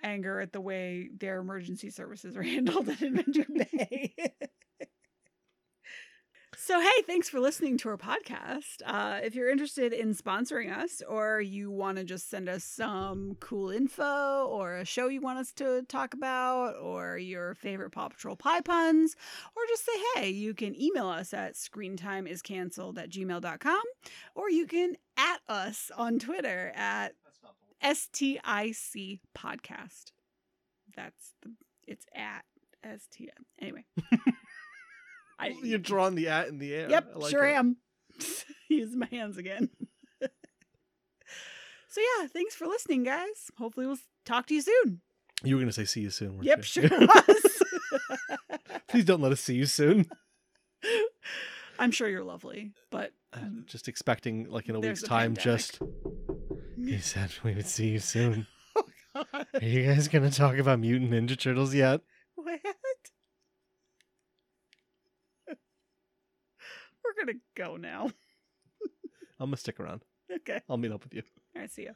Speaker 10: anger at the way their emergency services are handled in Adventure Bay. So, hey, thanks for listening to our podcast. Uh, if you're interested in sponsoring us or you want to just send us some cool info or a show you want us to talk about or your favorite Paw Patrol pie puns, or just say hey, you can email us at screentimeiscanceled at gmail.com or you can at us on Twitter at STIC podcast. That's the, it's at STI. Anyway. I-
Speaker 11: You're drawing the at in the air.
Speaker 10: Yep,
Speaker 11: I like
Speaker 10: sure
Speaker 11: it.
Speaker 10: am. Use my hands again. so yeah, thanks for listening, guys. Hopefully we'll s- talk to you soon.
Speaker 11: You were going to say see you soon. weren't
Speaker 10: Yep,
Speaker 11: you?
Speaker 10: sure was.
Speaker 11: Please don't let us see you soon.
Speaker 10: I'm sure you're lovely, but
Speaker 11: I'm just expecting, like, in a
Speaker 10: Um, There's
Speaker 11: week's
Speaker 10: a
Speaker 11: time,
Speaker 10: pandemic.
Speaker 11: just. He said we would see you soon.
Speaker 10: Oh,
Speaker 11: Are you guys going to talk about Mutant Ninja Turtles yet?
Speaker 10: what? We're gonna go now.
Speaker 11: I'm going to stick around.
Speaker 10: Okay.
Speaker 11: I'll meet up with you.
Speaker 10: All right, see ya.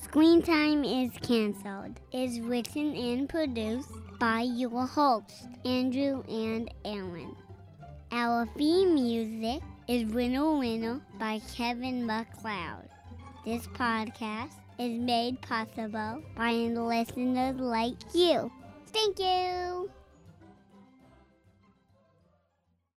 Speaker 7: Screen Time is Cancelled is written and produced by your hosts, Andrew and Alan. Our theme music is Winner Winner by Kevin McLeod. This podcast is made possible by listeners like you. Thank you!